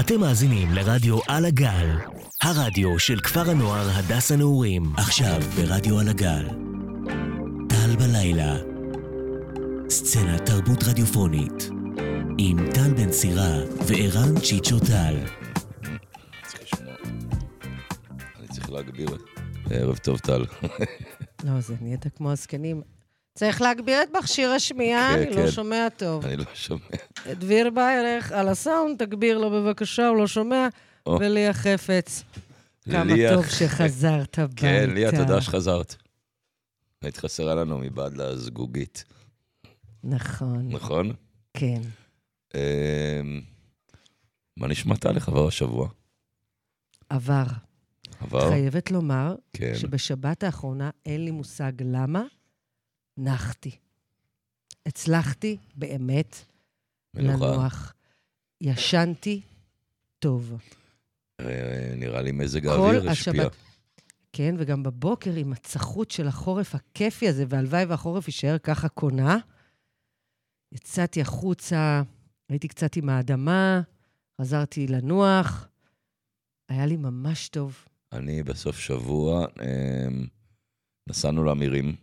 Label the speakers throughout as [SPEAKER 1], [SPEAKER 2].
[SPEAKER 1] אתם מאזינים לרדיו על הגל, הרדיו של כפר הנוער הדס הנעורים. עכשיו ברדיו על הגל. טל בלילה. סצנת תרבות רדיופונית. עם טל בן סירה וערן צ'יצ'ו טל.
[SPEAKER 2] מצחיק לשמוע. אני צריך להגביר. ערב טוב, טל.
[SPEAKER 3] לא, זה נהיית כמו הזקנים. צריך להגביר את מכשיר השמיעה,
[SPEAKER 2] כן,
[SPEAKER 3] אני לא
[SPEAKER 2] כן.
[SPEAKER 3] שומע טוב.
[SPEAKER 2] אני לא שומע.
[SPEAKER 3] כן, דביר ביירך על הסאונד, תגביר לו בבקשה, הוא לא שומע.
[SPEAKER 2] או.
[SPEAKER 3] וליה חפץ, כמה
[SPEAKER 2] ליה-
[SPEAKER 3] טוב שחזרת הביתה.
[SPEAKER 2] כן, ליה, תודה שחזרת. היית חסרה לנו מבעד לזגוגית,
[SPEAKER 3] נכון,
[SPEAKER 2] נכון?
[SPEAKER 3] כן.
[SPEAKER 2] אמ, מה נשמע טלך? עבר השבוע.
[SPEAKER 3] עבר.
[SPEAKER 2] עבר?
[SPEAKER 3] חייבת לומר
[SPEAKER 2] כן.
[SPEAKER 3] שבשבת האחרונה אין לי מושג למה, נחתי. הצלחתי באמת
[SPEAKER 2] מנוחה.
[SPEAKER 3] לנוח. ישנתי טוב.
[SPEAKER 2] אה, נראה לי מזג
[SPEAKER 3] כל
[SPEAKER 2] האוויר השפיע.
[SPEAKER 3] השבת. כן, וגם בבוקר עם הצחות של החורף הכיפי הזה, והלוואי והחורף יישאר ככה קונה. יצאתי החוצה, הייתי קצת עם האדמה, חזרתי לנוח. היה לי ממש טוב.
[SPEAKER 2] אני בסוף שבוע, אמ, נסענו לאמירים,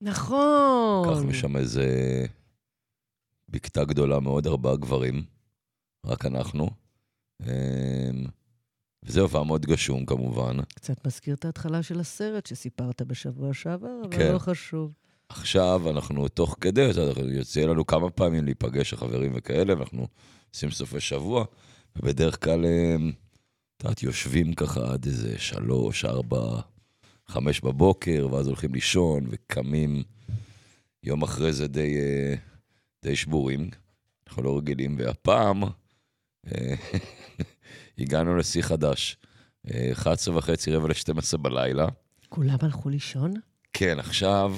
[SPEAKER 3] נכון.
[SPEAKER 2] לקחנו שם איזה בקתה גדולה מאוד, ארבעה גברים, רק אנחנו. אמ, וזהו, והעם מאוד גשום כמובן.
[SPEAKER 3] קצת מזכיר את ההתחלה של הסרט שסיפרת בשבוע שעבר, אבל
[SPEAKER 2] כן.
[SPEAKER 3] לא חשוב.
[SPEAKER 2] עכשיו אנחנו תוך כדי, אתה יודע, יוצא לנו כמה פעמים להיפגש החברים וכאלה, ואנחנו עושים סופי שבוע, ובדרך כלל, אמ, את יודעת, יושבים ככה עד איזה שלוש, ארבע, חמש בבוקר, ואז הולכים לישון וקמים יום אחרי זה די, אה, די שבורים, אנחנו לא רגילים, והפעם אה, הגענו לשיא חדש, אה, 11 וחצי, רבע ל-12 בלילה.
[SPEAKER 3] כולם הלכו לישון?
[SPEAKER 2] כן, עכשיו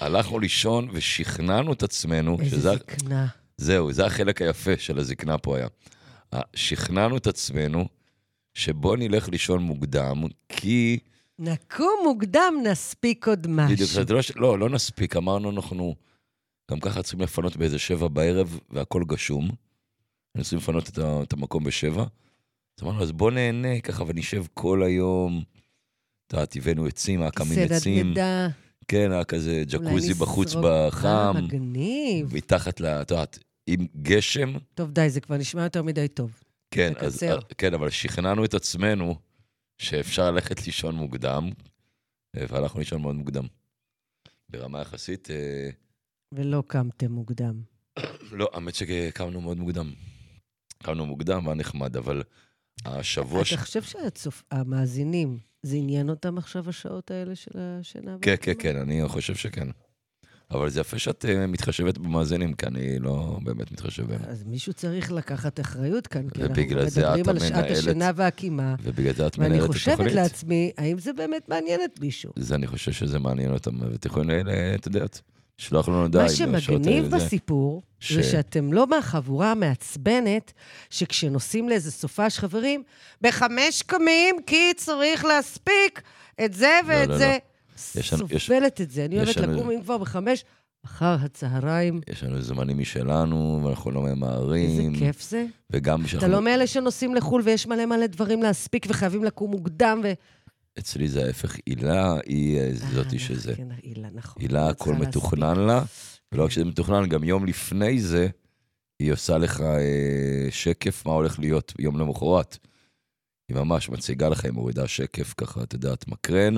[SPEAKER 2] הלכנו לישון ושכנענו את עצמנו, אוקיי, שזה,
[SPEAKER 3] איזה זקנה.
[SPEAKER 2] זהו, זה החלק היפה של הזקנה פה היה. אה, שכנענו את עצמנו שבוא נלך לישון מוקדם, כי...
[SPEAKER 3] נקום מוקדם, נספיק עוד משהו.
[SPEAKER 2] בדיוק, זה לא, ש- לא, לא נספיק, אמרנו, אנחנו גם ככה צריכים לפנות באיזה שבע בערב והכל גשום. אנחנו צריכים לפנות את, ה, את המקום בשבע. אז אמרנו, אז בוא נהנה ככה ונשב כל היום. את יודעת, הבאנו עצים, היה קמין עצים.
[SPEAKER 3] סדנדה.
[SPEAKER 2] כן, היה כזה
[SPEAKER 3] אולי
[SPEAKER 2] ג'קוזי בחוץ
[SPEAKER 3] נזרוק-
[SPEAKER 2] בחם.
[SPEAKER 3] אה, מגניב.
[SPEAKER 2] מתחת ל... את יודעת, עם גשם,
[SPEAKER 3] טוב, די, זה כבר נשמע יותר מדי טוב.
[SPEAKER 2] כן, אז,
[SPEAKER 3] תקצר.
[SPEAKER 2] כן, אבל שכנענו את עצמנו שאפשר ללכת לישון מוקדם, אה, והלכנו לישון מאוד מוקדם. ברמה יחסית, אה,
[SPEAKER 3] ולא קמתם מוקדם.
[SPEAKER 2] לא, האמת שקמנו מאוד מוקדם. קמנו מוקדם, היה נחמד, אבל השבוע... ש-
[SPEAKER 3] אתה חושב שהמאזינים, זה עניין אותם עכשיו השעות האלה של השינה?
[SPEAKER 2] כן, כן,
[SPEAKER 3] והקמה?
[SPEAKER 2] כן, אני חושב שכן. אבל זה יפה שאת אה, מתחשבת במאזינים, כי אני לא באמת מתחשב בהם.
[SPEAKER 3] אז מישהו צריך לקחת אחריות כאן, כי אנחנו
[SPEAKER 2] ובגלל זה
[SPEAKER 3] מדברים
[SPEAKER 2] את
[SPEAKER 3] על שעת
[SPEAKER 2] המנהלת.
[SPEAKER 3] השינה והקימה,
[SPEAKER 2] ובגלל זה את מנהלת
[SPEAKER 3] ואני
[SPEAKER 2] את התוכנית.
[SPEAKER 3] חושבת לעצמי, האם זה באמת מעניין את מישהו?
[SPEAKER 2] אז אני חושב שזה מעניין אותם, ואתם יכולים, אה, ל- את יודעת, לשלוח לנו די.
[SPEAKER 3] מה
[SPEAKER 2] בשעות
[SPEAKER 3] שמגניב
[SPEAKER 2] האלה, זה-
[SPEAKER 3] בסיפור,
[SPEAKER 2] ש-
[SPEAKER 3] זה שאתם לא מהחבורה המעצבנת, שכשנוסעים לאיזה סופש חברים, בחמש קמים כי צריך להספיק את זה
[SPEAKER 2] לא,
[SPEAKER 3] ואת
[SPEAKER 2] לא,
[SPEAKER 3] זה.
[SPEAKER 2] יש לנו- יש-
[SPEAKER 3] סובלת את זה, אני
[SPEAKER 2] יש
[SPEAKER 3] אוהבת
[SPEAKER 2] לנו-
[SPEAKER 3] לקום אם כבר בחמש, אחר הצהריים.
[SPEAKER 2] יש לנו זמנים משלנו, ואנחנו לא
[SPEAKER 3] איזה
[SPEAKER 2] ממהרים.
[SPEAKER 3] כיף זה.
[SPEAKER 2] וגם כשאנחנו...
[SPEAKER 3] אתה לא מאלה שנוסעים לחו"ל ויש מלא מלא דברים להספיק וחייבים לקום מוקדם ו...
[SPEAKER 2] אצלי זה ההפך, הילה היא אה,
[SPEAKER 3] אה,
[SPEAKER 2] זאתי שזה.
[SPEAKER 3] כן, הילה, נכון.
[SPEAKER 2] הילה,
[SPEAKER 3] אני
[SPEAKER 2] הכל
[SPEAKER 3] צריכה
[SPEAKER 2] מתוכנן
[SPEAKER 3] להספיק.
[SPEAKER 2] לה, ולא רק שזה מתוכנן, גם יום לפני זה, היא עושה לך אה, שקף מה הולך להיות יום למחרת. היא ממש מציגה לך, היא מורידה שקף ככה, את יודעת, מקרן,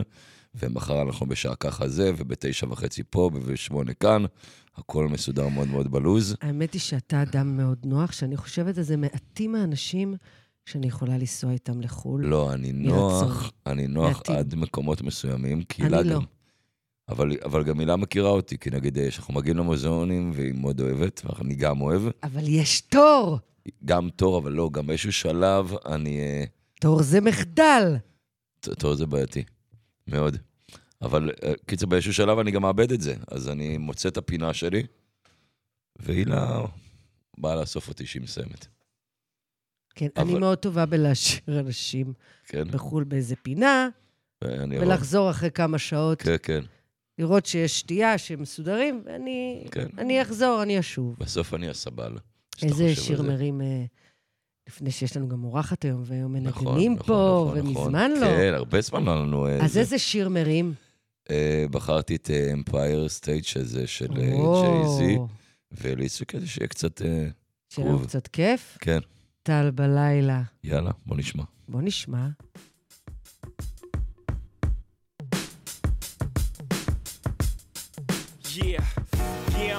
[SPEAKER 2] ומחר אנחנו בשעה ככה זה, ובתשע וחצי פה, ובשמונה כאן, הכל מסודר מאוד מאוד בלוז.
[SPEAKER 3] האמת היא שאתה אדם מאוד נוח, שאני חושבת על זה מעטים האנשים שאני יכולה לנסוע איתם לחו"ל.
[SPEAKER 2] לא, אני
[SPEAKER 3] מרצון.
[SPEAKER 2] נוח, אני נוח
[SPEAKER 3] להתאים.
[SPEAKER 2] עד מקומות מסוימים, כי
[SPEAKER 3] אני
[SPEAKER 2] הילה
[SPEAKER 3] לא.
[SPEAKER 2] גם... אבל, אבל גם הילה מכירה אותי, כי נגיד, אה, כשאנחנו מגיעים למוזיאונים, והיא מאוד אוהבת, ואני גם אוהב,
[SPEAKER 3] אבל יש תור.
[SPEAKER 2] גם תור, אבל לא, גם באיזשהו שלב, אני... אה,
[SPEAKER 3] תור זה מחדל.
[SPEAKER 2] ת- תור זה בעייתי, מאוד. אבל אה, קיצר, באיזשהו שלב אני גם מאבד את זה, אז אני מוצא את הפינה שלי, והילה באה לאסוף אותי כשהיא מסיימת,
[SPEAKER 3] כן,
[SPEAKER 2] אבל-
[SPEAKER 3] אני מאוד טובה בלהשאיר אנשים
[SPEAKER 2] כן?
[SPEAKER 3] בחו"ל באיזה פינה,
[SPEAKER 2] ואני... אבוא.
[SPEAKER 3] ולחזור אחרי כמה שעות,
[SPEAKER 2] כן, כן,
[SPEAKER 3] לראות שיש שתייה, שהם מסודרים, ואני
[SPEAKER 2] כן.
[SPEAKER 3] אני אחזור, אני אשוב.
[SPEAKER 2] בסוף אני הסבל. שאתה
[SPEAKER 3] איזה
[SPEAKER 2] חושב על
[SPEAKER 3] שיר
[SPEAKER 2] זה.
[SPEAKER 3] מרים אה, לפני שיש לנו גם אורחת היום, ומנגנים
[SPEAKER 2] נכון,
[SPEAKER 3] פה,
[SPEAKER 2] נכון, נכון,
[SPEAKER 3] ומזמן
[SPEAKER 2] נכון.
[SPEAKER 3] לא.
[SPEAKER 2] כן, הרבה זמן לא היה לנו... אה,
[SPEAKER 3] אז
[SPEAKER 2] זה.
[SPEAKER 3] איזה שיר מרים?
[SPEAKER 2] אה, בחרתי את אמפייר סטייג' הזה של ג'ייזי,
[SPEAKER 3] וואו,
[SPEAKER 2] וליסו כדי שיהיה קצת... אה,
[SPEAKER 3] שיהיה לנו
[SPEAKER 2] groove.
[SPEAKER 3] קצת כיף.
[SPEAKER 2] כן,
[SPEAKER 3] טל בלילה.
[SPEAKER 2] יאללה, בוא נשמע.
[SPEAKER 3] בוא נשמע.
[SPEAKER 4] Yeah. Yeah,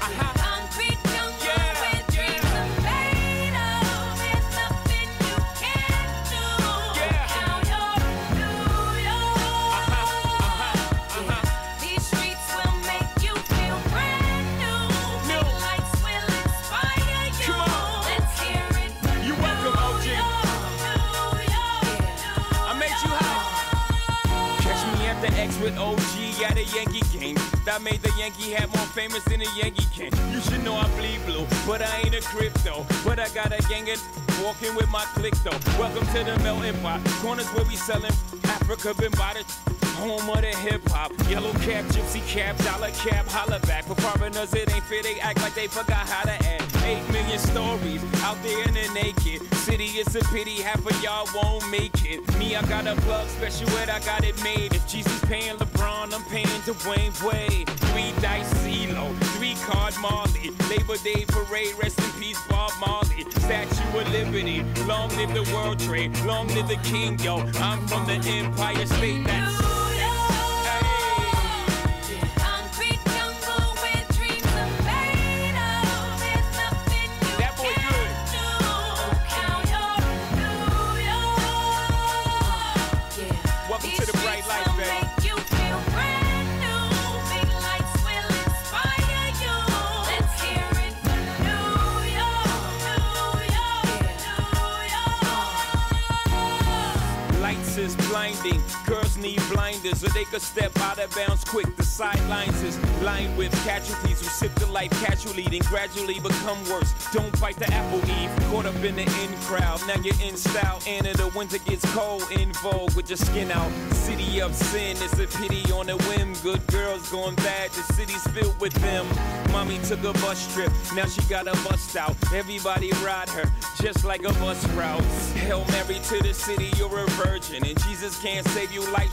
[SPEAKER 4] Aha. You welcome, OG. I made you hot. Catch me at the X with OG at a Yankee game. That made the Yankee hat more famous than a Yankee can. You should know I bleed blue, but I ain't a crypto. But I got a gang of walking with my click though. Welcome to the melting pot. Corners where we selling Africa been by the Home of the hip hop, yellow cap, gypsy cap, dollar cap, holla back. For foreigners, it ain't fair, they act like they forgot how to act. Eight million stories out there in the naked city. It's a pity half of y'all won't make it. Me, I got a plug special, and I got it made. If Jesus paying LeBron, I'm paying Dwayne Wade. Three dice, CeeLo, three card Marley. Labor Day parade, rest in peace, Bob Marley. Statue of Liberty, long live the World Trade, long live the King, yo. I'm from the Empire State. That's Welcome to the bright light, baby. Lights is blinding. Girls need blinders, or they could step out of bounds quick. The sidelines is lined with casualties who sip the life casually, then gradually become worse. Don't bite the apple eve. Caught up in the in crowd. Now you're in style, and in the winter gets cold. In vogue with your skin out. City of sin, it's a pity on a whim. Good girls going bad, the city's filled with them. Mommy took a bus trip, now she got a bus out. Everybody ride her, just like a bus route. Hail Mary to the city, you're a virgin. And Jesus can't save you, life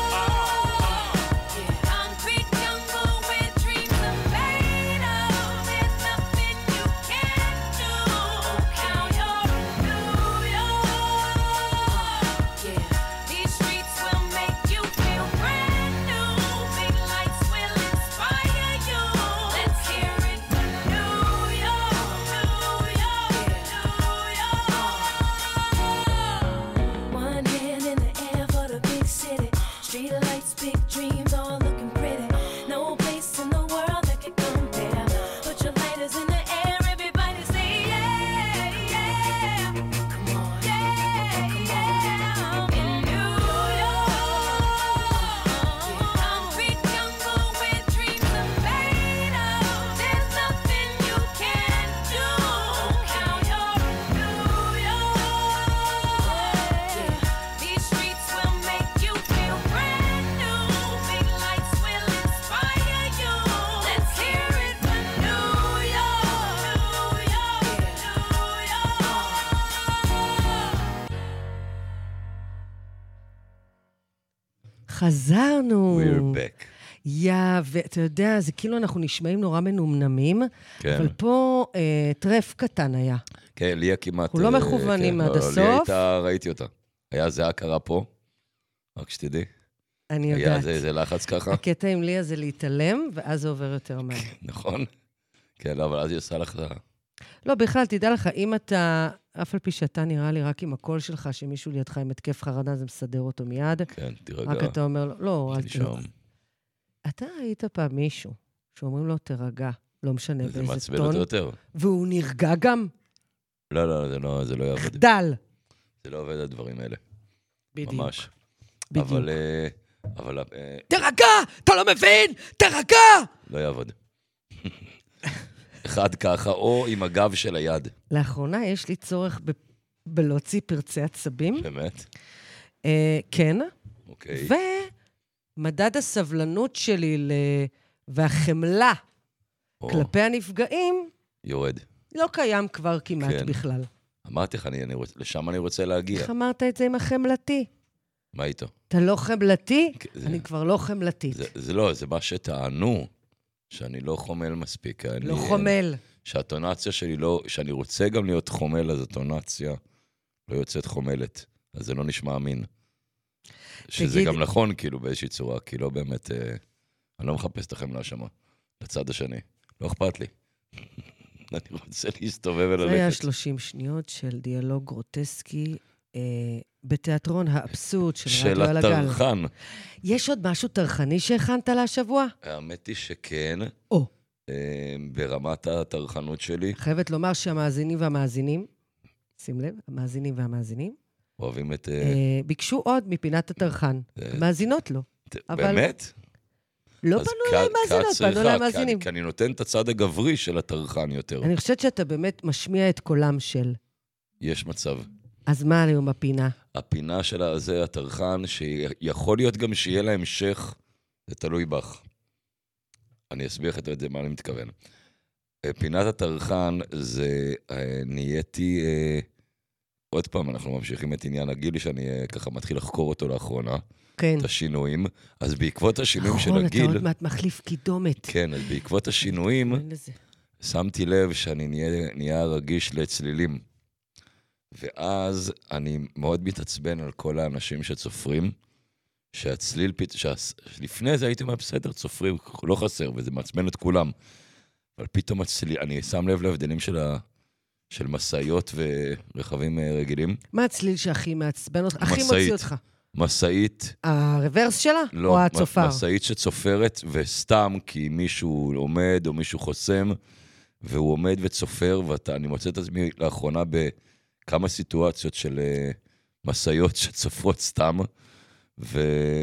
[SPEAKER 5] One hand in the air for the big city. Street lights, big dreams, all looking pretty. No place in the world that could compare. Put your lighters in the air, everybody say yeah, yeah. Come on, yeah, yeah. In New York, concrete jungle where dreams are made of. There's nothing you can't do. Count your New York. These streets will make you feel brand new. Big lights will inspire you. Let's hear it from New York, New York.
[SPEAKER 3] חזרנו.
[SPEAKER 2] We're back.
[SPEAKER 3] יא, ואתה יודע, זה כאילו אנחנו נשמעים נורא מנומנמים,
[SPEAKER 2] כן.
[SPEAKER 3] אבל פה אה, טרף קטן היה.
[SPEAKER 2] כן, ליה כמעט...
[SPEAKER 3] אנחנו לא
[SPEAKER 2] אה,
[SPEAKER 3] מכוונים
[SPEAKER 2] כן,
[SPEAKER 3] עד
[SPEAKER 2] לא, לא, ליה
[SPEAKER 3] הסוף.
[SPEAKER 2] הייתה, ראיתי אותה. היה זיעה קרה פה, רק שתדעי.
[SPEAKER 3] אני
[SPEAKER 2] היה
[SPEAKER 3] יודעת.
[SPEAKER 2] איזה איזה לחץ ככה,
[SPEAKER 3] הקטע עם ליה זה להתעלם, ואז זה עובר יותר מהר.
[SPEAKER 2] נכון? כן, לא, אבל אז היא עושה לך את ה...
[SPEAKER 3] לא, בכלל, תדע לך, אם אתה, אף על פי שאתה נראה לי רק עם הקול שלך, שמישהו לידך עם התקף חרדה, זה מסדר אותו מיד,
[SPEAKER 2] כן, תירגע.
[SPEAKER 3] רק אתה אומר לו, לא, אל תירגע.
[SPEAKER 2] תנשום.
[SPEAKER 3] אתה ראית פעם מישהו שאומרים לו, תירגע, לא משנה
[SPEAKER 2] זה
[SPEAKER 3] באיזה
[SPEAKER 2] מעצבן
[SPEAKER 3] טון,
[SPEAKER 2] אותו יותר.
[SPEAKER 3] והוא נרגע גם,
[SPEAKER 2] לא, לא, זה לא- זה לא יעבוד.
[SPEAKER 3] דל.
[SPEAKER 2] זה לא עובד הדברים האלה,
[SPEAKER 3] בדיוק,
[SPEAKER 2] ממש.
[SPEAKER 3] בדיוק.
[SPEAKER 2] אבל... אה, אבל... אה,
[SPEAKER 3] תירגע! אתה לא מבין! תירגע!
[SPEAKER 2] לא יעבוד. אחד ככה, או עם הגב של היד.
[SPEAKER 3] לאחרונה יש לי צורך ב... בלהוציא פרצי עצבים.
[SPEAKER 2] באמת?
[SPEAKER 3] אה, כן.
[SPEAKER 2] אוקיי.
[SPEAKER 3] ומדד הסבלנות שלי ל... והחמלה
[SPEAKER 2] או,
[SPEAKER 3] כלפי הנפגעים
[SPEAKER 2] יורד.
[SPEAKER 3] לא קיים כבר כמעט
[SPEAKER 2] כן.
[SPEAKER 3] בכלל.
[SPEAKER 2] אמרתי לך, אני- אני רוצ- לשם אני רוצה להגיע.
[SPEAKER 3] איך אמרת את זה עם החמלתי?
[SPEAKER 2] מה איתו?
[SPEAKER 3] אתה לא חמלתי?
[SPEAKER 2] כן, זה-
[SPEAKER 3] אני כבר לא חמלתית.
[SPEAKER 2] זה, זה לא, זה מה שטענו, שאני לא חומל מספיק. אני,
[SPEAKER 3] לא חומל.
[SPEAKER 2] שהטונציה שלי לא, שאני רוצה גם להיות חומל, אז הטונציה לא יוצאת חומלת. אז זה לא נשמע אמין. שזה
[SPEAKER 3] תגיד-
[SPEAKER 2] גם נכון, כאילו, באיזושהי צורה, כי לא באמת, אה, אני לא מחפש את החמלה שמה, לצד השני. לא אכפת לי. אני רוצה להסתובב
[SPEAKER 3] זה היה
[SPEAKER 2] וללכת.
[SPEAKER 3] 30 שניות של דיאלוג גרוטסקי אה, בתיאטרון האבסורד של
[SPEAKER 2] של
[SPEAKER 3] רדיו על הגל.
[SPEAKER 2] הטרחן.
[SPEAKER 3] יש עוד משהו טרחני שהכנת לה השבוע?
[SPEAKER 2] האמת היא שכן,
[SPEAKER 3] או,
[SPEAKER 2] אה, ברמת הטרחנות שלי,
[SPEAKER 3] חייבת לומר שהמאזינים והמאזינים, שים לב, המאזינים והמאזינים,
[SPEAKER 2] אוהבים את... אה,
[SPEAKER 3] אה, ביקשו עוד מפינת הטרחן.
[SPEAKER 2] אה,
[SPEAKER 3] מאזינות לו.
[SPEAKER 2] ת-
[SPEAKER 3] אבל-
[SPEAKER 2] באמת?
[SPEAKER 3] לא
[SPEAKER 2] אז
[SPEAKER 3] פנו
[SPEAKER 2] כ-
[SPEAKER 3] אליי מאזינות,
[SPEAKER 2] כצריכה, כי
[SPEAKER 3] פנו אליי
[SPEAKER 2] אני-
[SPEAKER 3] מאזינים.
[SPEAKER 2] כי אני נותן את הצד הגברי של הטרחן יותר.
[SPEAKER 3] אני חושבת שאתה באמת משמיע את קולם של.
[SPEAKER 2] יש מצב.
[SPEAKER 3] אז מה היום הפינה?
[SPEAKER 2] הפינה שלה זה הטרחן, שיכול להיות גם שיהיה לה המשך, זה תלוי בך. אני אסביר לך את זה, מה אני מתכוון. אה, פינת הטרחן זה, אה, נהייתי, אה, עוד פעם, אנחנו ממשיכים את עניין הגיל שאני אה, ככה מתחיל לחקור אותו לאחרונה,
[SPEAKER 3] כן.
[SPEAKER 2] את השינויים. אז בעקבות השינויים של
[SPEAKER 3] נכון, אתה
[SPEAKER 2] הגיל,
[SPEAKER 3] עוד מעט מחליף קידומת.
[SPEAKER 2] כן, אז בעקבות השינויים,
[SPEAKER 3] אין לזה.
[SPEAKER 2] שמתי לב שאני נהיה, נהיה רגיש לצלילים. ואז אני מאוד מתעצבן על כל האנשים שצופרים, שהצליל, פת- שהס- לפני זה הייתי אומר, בסדר, צופרים, לא חסר, וזה מעצבן את כולם. אבל פתאום הצליל, אני שם לב להבדלים של, ה... של משאיות ורכבים אה, רגילים.
[SPEAKER 3] מה הצליל שהכי מעצבן אותך? הכי
[SPEAKER 2] משאית.
[SPEAKER 3] מוציא אותך.
[SPEAKER 2] משאית,
[SPEAKER 3] הרוורס שלה?
[SPEAKER 2] לא,
[SPEAKER 3] או
[SPEAKER 2] מ-
[SPEAKER 3] הצופר?
[SPEAKER 2] משאית שצופרת, וסתם כי מישהו עומד או מישהו חוסם, והוא עומד וצופר, ואני מוצא את עצמי לאחרונה בכמה סיטואציות של אה, משאיות שצופרות סתם, ו,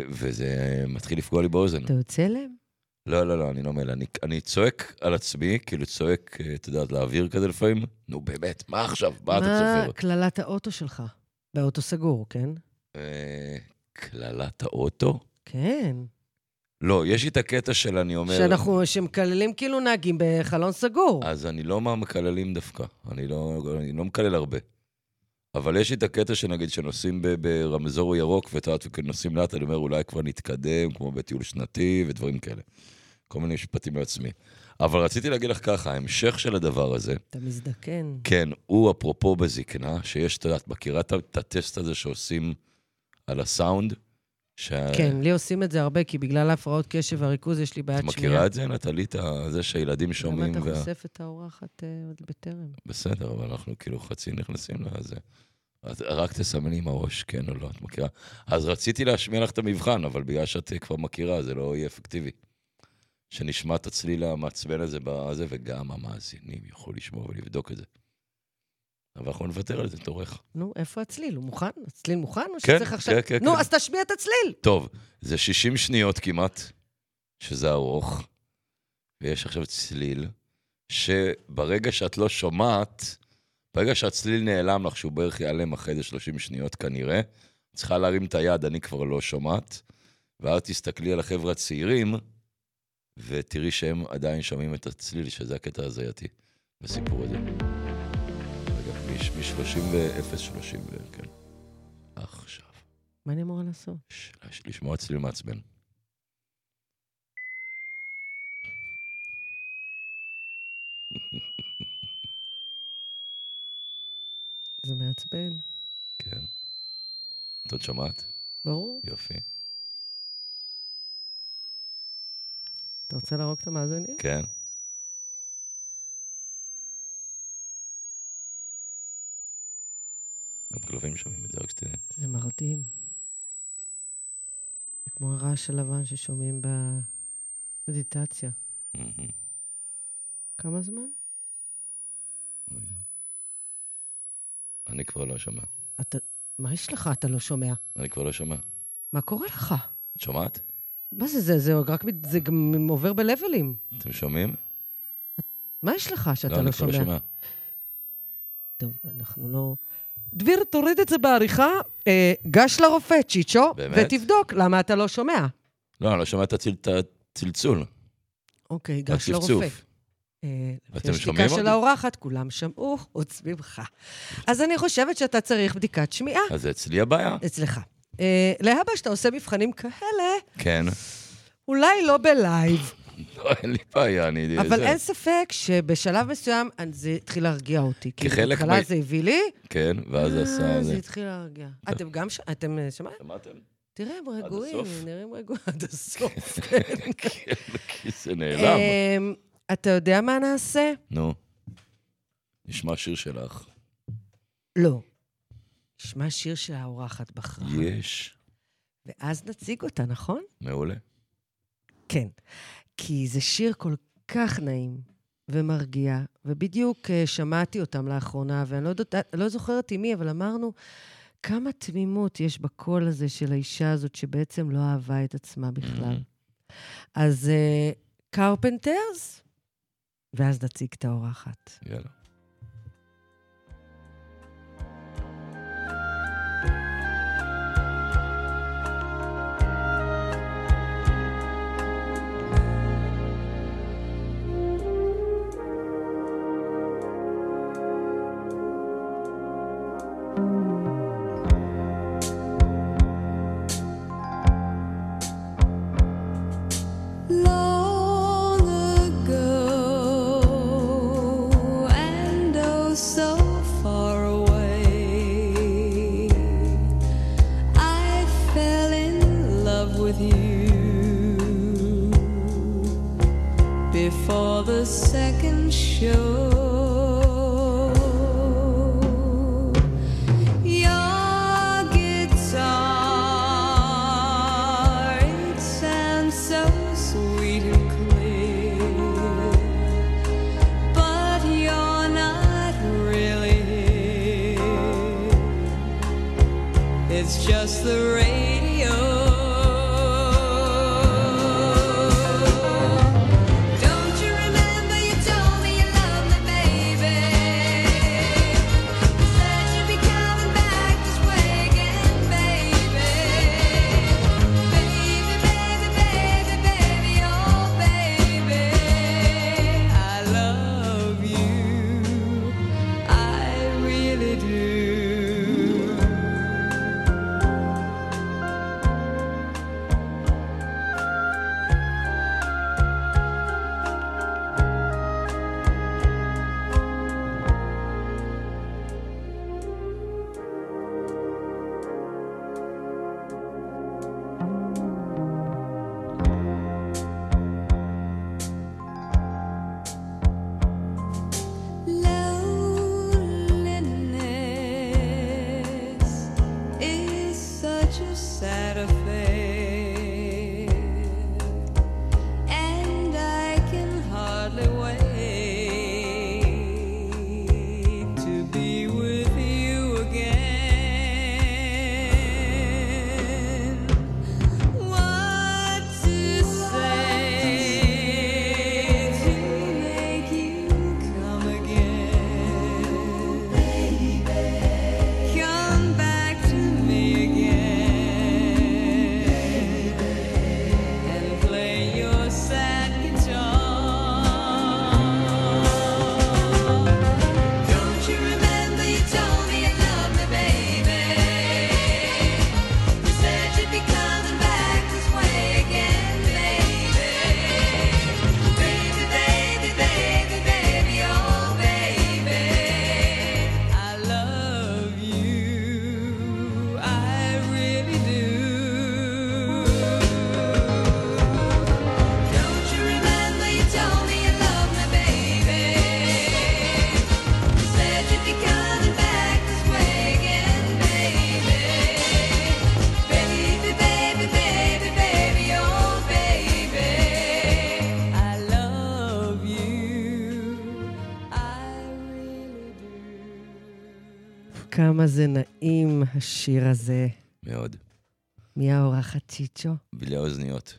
[SPEAKER 2] וזה מתחיל לפגוע לי באוזן.
[SPEAKER 3] אתה יוצא אליהם?
[SPEAKER 2] לא, לא, לא, אני לא מלא. אני, אני צועק על עצמי, כאילו צועק, אה, את יודעת, לאוויר כזה לפעמים. נו, באמת, מה עכשיו? מה אתה
[SPEAKER 3] מה
[SPEAKER 2] צופר?
[SPEAKER 3] קללת האוטו שלך? באוטו סגור, כן?
[SPEAKER 2] אה, קללת האוטו?
[SPEAKER 3] כן.
[SPEAKER 2] לא, יש לי את הקטע של אני אומר...
[SPEAKER 3] שאנחנו, שמקללים כאילו נהגים בחלון סגור.
[SPEAKER 2] אז אני לא מהמקללים דווקא, אני לא, אני לא מקלל הרבה. אבל יש לי את הקטע שנגיד שנוסעים ב- ברמזור ירוק, ואת יודעת, וכשנוסעים לאט, אני אומר, אולי כבר נתקדם, כמו בטיול שנתי ודברים כאלה. כל מיני משפטים לעצמי. אבל רציתי להגיד לך ככה, ההמשך של הדבר הזה,
[SPEAKER 3] אתה מזדקן.
[SPEAKER 2] כן, הוא אפרופו בזקנה, שיש, את יודעת, מכירה את ה- את הטסט הזה שעושים על הסאונד? שה-
[SPEAKER 3] כן, לי עושים את זה הרבה, כי בגלל ההפרעות קשב והריכוז יש לי
[SPEAKER 2] את
[SPEAKER 3] בעיית שמיעה.
[SPEAKER 2] מכירה את זה, נטלי, את ה- זה שהילדים שומעים?
[SPEAKER 3] למה
[SPEAKER 2] וה-
[SPEAKER 3] אתה חושף את האורחת אה, עוד בטרם?
[SPEAKER 2] בסדר, אבל אנחנו כאילו חצי נכנסים לזה. אז רק תסמני עם הראש, כן או לא, את מכירה. אז רציתי להשמיע לך את המבחן, אבל בגלל שאת אה, כבר מכירה, זה לא יהיה אפקטיבי. שנשמע את הצליל המעצבן הזה בזה, וגם המאזינים יוכלו לשמוע ולבדוק את זה. אבל אנחנו נוותר על זה, תורך.
[SPEAKER 3] נו, איפה הצליל? הוא מוכן? הצליל מוכן? או
[SPEAKER 2] כן,
[SPEAKER 3] שצריך עכשיו...
[SPEAKER 2] כן, כן,
[SPEAKER 3] נו,
[SPEAKER 2] כן.
[SPEAKER 3] אז תשמיע את הצליל!
[SPEAKER 2] טוב, זה 60 שניות כמעט, שזה ארוך, ויש עכשיו צליל, שברגע שאת לא שומעת, ברגע שהצליל נעלם לך, שהוא בערך ייעלם אחרי זה 30 שניות כנראה, את צריכה להרים את היד, אני כבר לא שומעת, ואז תסתכלי על החבר'ה הצעירים, ותראי שהם עדיין שומעים את הצליל, שזה הקטע ההזייתי בסיפור הזה. רגע, מ-30 ו-0, 30 ו... כן. עכשיו.
[SPEAKER 3] מה אני אמורה לעשות?
[SPEAKER 2] ש- לשמוע צליל מעצבן.
[SPEAKER 3] זה מעצבן,
[SPEAKER 2] כן. את עוד שמעת?
[SPEAKER 3] ברור.
[SPEAKER 2] יופי.
[SPEAKER 3] אתה רוצה להרוג את המאזינים?
[SPEAKER 2] כן. גם כלבים שומעים את זה, רק שתדעי.
[SPEAKER 3] זה מרדים. זה כמו הרעש הלבן ששומעים במדיטציה.
[SPEAKER 2] מהמם.
[SPEAKER 3] כמה זמן? אוקיי.
[SPEAKER 2] רגע. אני כבר לא שומע.
[SPEAKER 3] אתה... מה יש לך? אתה לא שומע.
[SPEAKER 2] אני כבר לא שומע.
[SPEAKER 3] מה קורה לך?
[SPEAKER 2] את שומעת?
[SPEAKER 3] מה זה זה? זה רק... מת- זה גם עובר בלבלים.
[SPEAKER 2] אתם שומעים?
[SPEAKER 3] מה יש לך שאתה
[SPEAKER 2] לא,
[SPEAKER 3] לא,
[SPEAKER 2] אני כבר
[SPEAKER 3] שומע?
[SPEAKER 2] לא שומע.
[SPEAKER 3] טוב, אנחנו לא... דביר, תוריד את זה בעריכה, אה, גש לרופא, צ'יצ'ו,
[SPEAKER 2] באמת?
[SPEAKER 3] ותבדוק למה אתה לא שומע.
[SPEAKER 2] לא, אני לא שומע את הציל- את הצלצול.
[SPEAKER 3] אוקיי, גש לרופא.
[SPEAKER 2] הצפצוף.
[SPEAKER 3] אה, לפי
[SPEAKER 2] אתם שומעים
[SPEAKER 3] השתיקה
[SPEAKER 2] אותי?
[SPEAKER 3] של האורחת, כולם שמעו, חוץ ממך. אז אני חושבת שאתה צריך בדיקת שמיעה
[SPEAKER 2] אז זה אצלי הבעיה.
[SPEAKER 3] אצלך. אה, להבא, שאתה עושה מבחנים כאלה,
[SPEAKER 2] כן.
[SPEAKER 3] אולי לא בלייב,
[SPEAKER 2] לא, אין לי בעיה, אני...
[SPEAKER 3] אבל
[SPEAKER 2] אה, זה-
[SPEAKER 3] אין ספק שבשלב מסוים אני- זה התחיל להרגיע אותי. כי
[SPEAKER 2] כחלק
[SPEAKER 3] בהתחלה
[SPEAKER 2] מ-
[SPEAKER 3] זה הביא לי,
[SPEAKER 2] כן, ואז זה
[SPEAKER 3] אה,
[SPEAKER 2] עשה...
[SPEAKER 3] זה
[SPEAKER 2] זה.
[SPEAKER 3] התחיל להרגיע. אתם גם, ש- אתם אה, שמעתם?
[SPEAKER 2] שמעתם?
[SPEAKER 3] תראה, הם רגועים,
[SPEAKER 2] הסוף.
[SPEAKER 3] הם נראים רגועים עד הסוף.
[SPEAKER 2] כן, כי זה נעלם.
[SPEAKER 3] אמ, אתה יודע מה נעשה?
[SPEAKER 2] נו. נשמע שיר שלך.
[SPEAKER 3] לא. נשמע שיר שהאורחת בחרה,
[SPEAKER 2] יש.
[SPEAKER 3] ואז נציג אותה, נכון?
[SPEAKER 2] מעולה.
[SPEAKER 3] כן. כי זה שיר כל כך נעים ומרגיע, ובדיוק אה, שמעתי אותם לאחרונה, ואני לא, יודעת, לא זוכרת עם מי, אבל אמרנו, כמה תמימות יש בקול הזה של האישה הזאת, שבעצם לא אהבה את עצמה בכלל.
[SPEAKER 2] Mm-hmm.
[SPEAKER 3] אז אה, קרפנטרס, ואז נציג את האורחת.
[SPEAKER 2] יאללה.
[SPEAKER 6] Long ago and oh so far away, I fell in love with you before the second show. Your guitar, it sounds so sweet and clear, but you're not really here. It's just the radio. Don't you remember you told me you love me, baby? Said you'd be coming back this way again, baby. Baby, baby, baby, baby, oh baby. I love you, I really do.
[SPEAKER 5] oh, oh,
[SPEAKER 3] כמה זה נעים, השיר הזה.
[SPEAKER 2] מאוד.
[SPEAKER 3] מי האורחת צ'יצ'ו?
[SPEAKER 2] בלי האוזניות.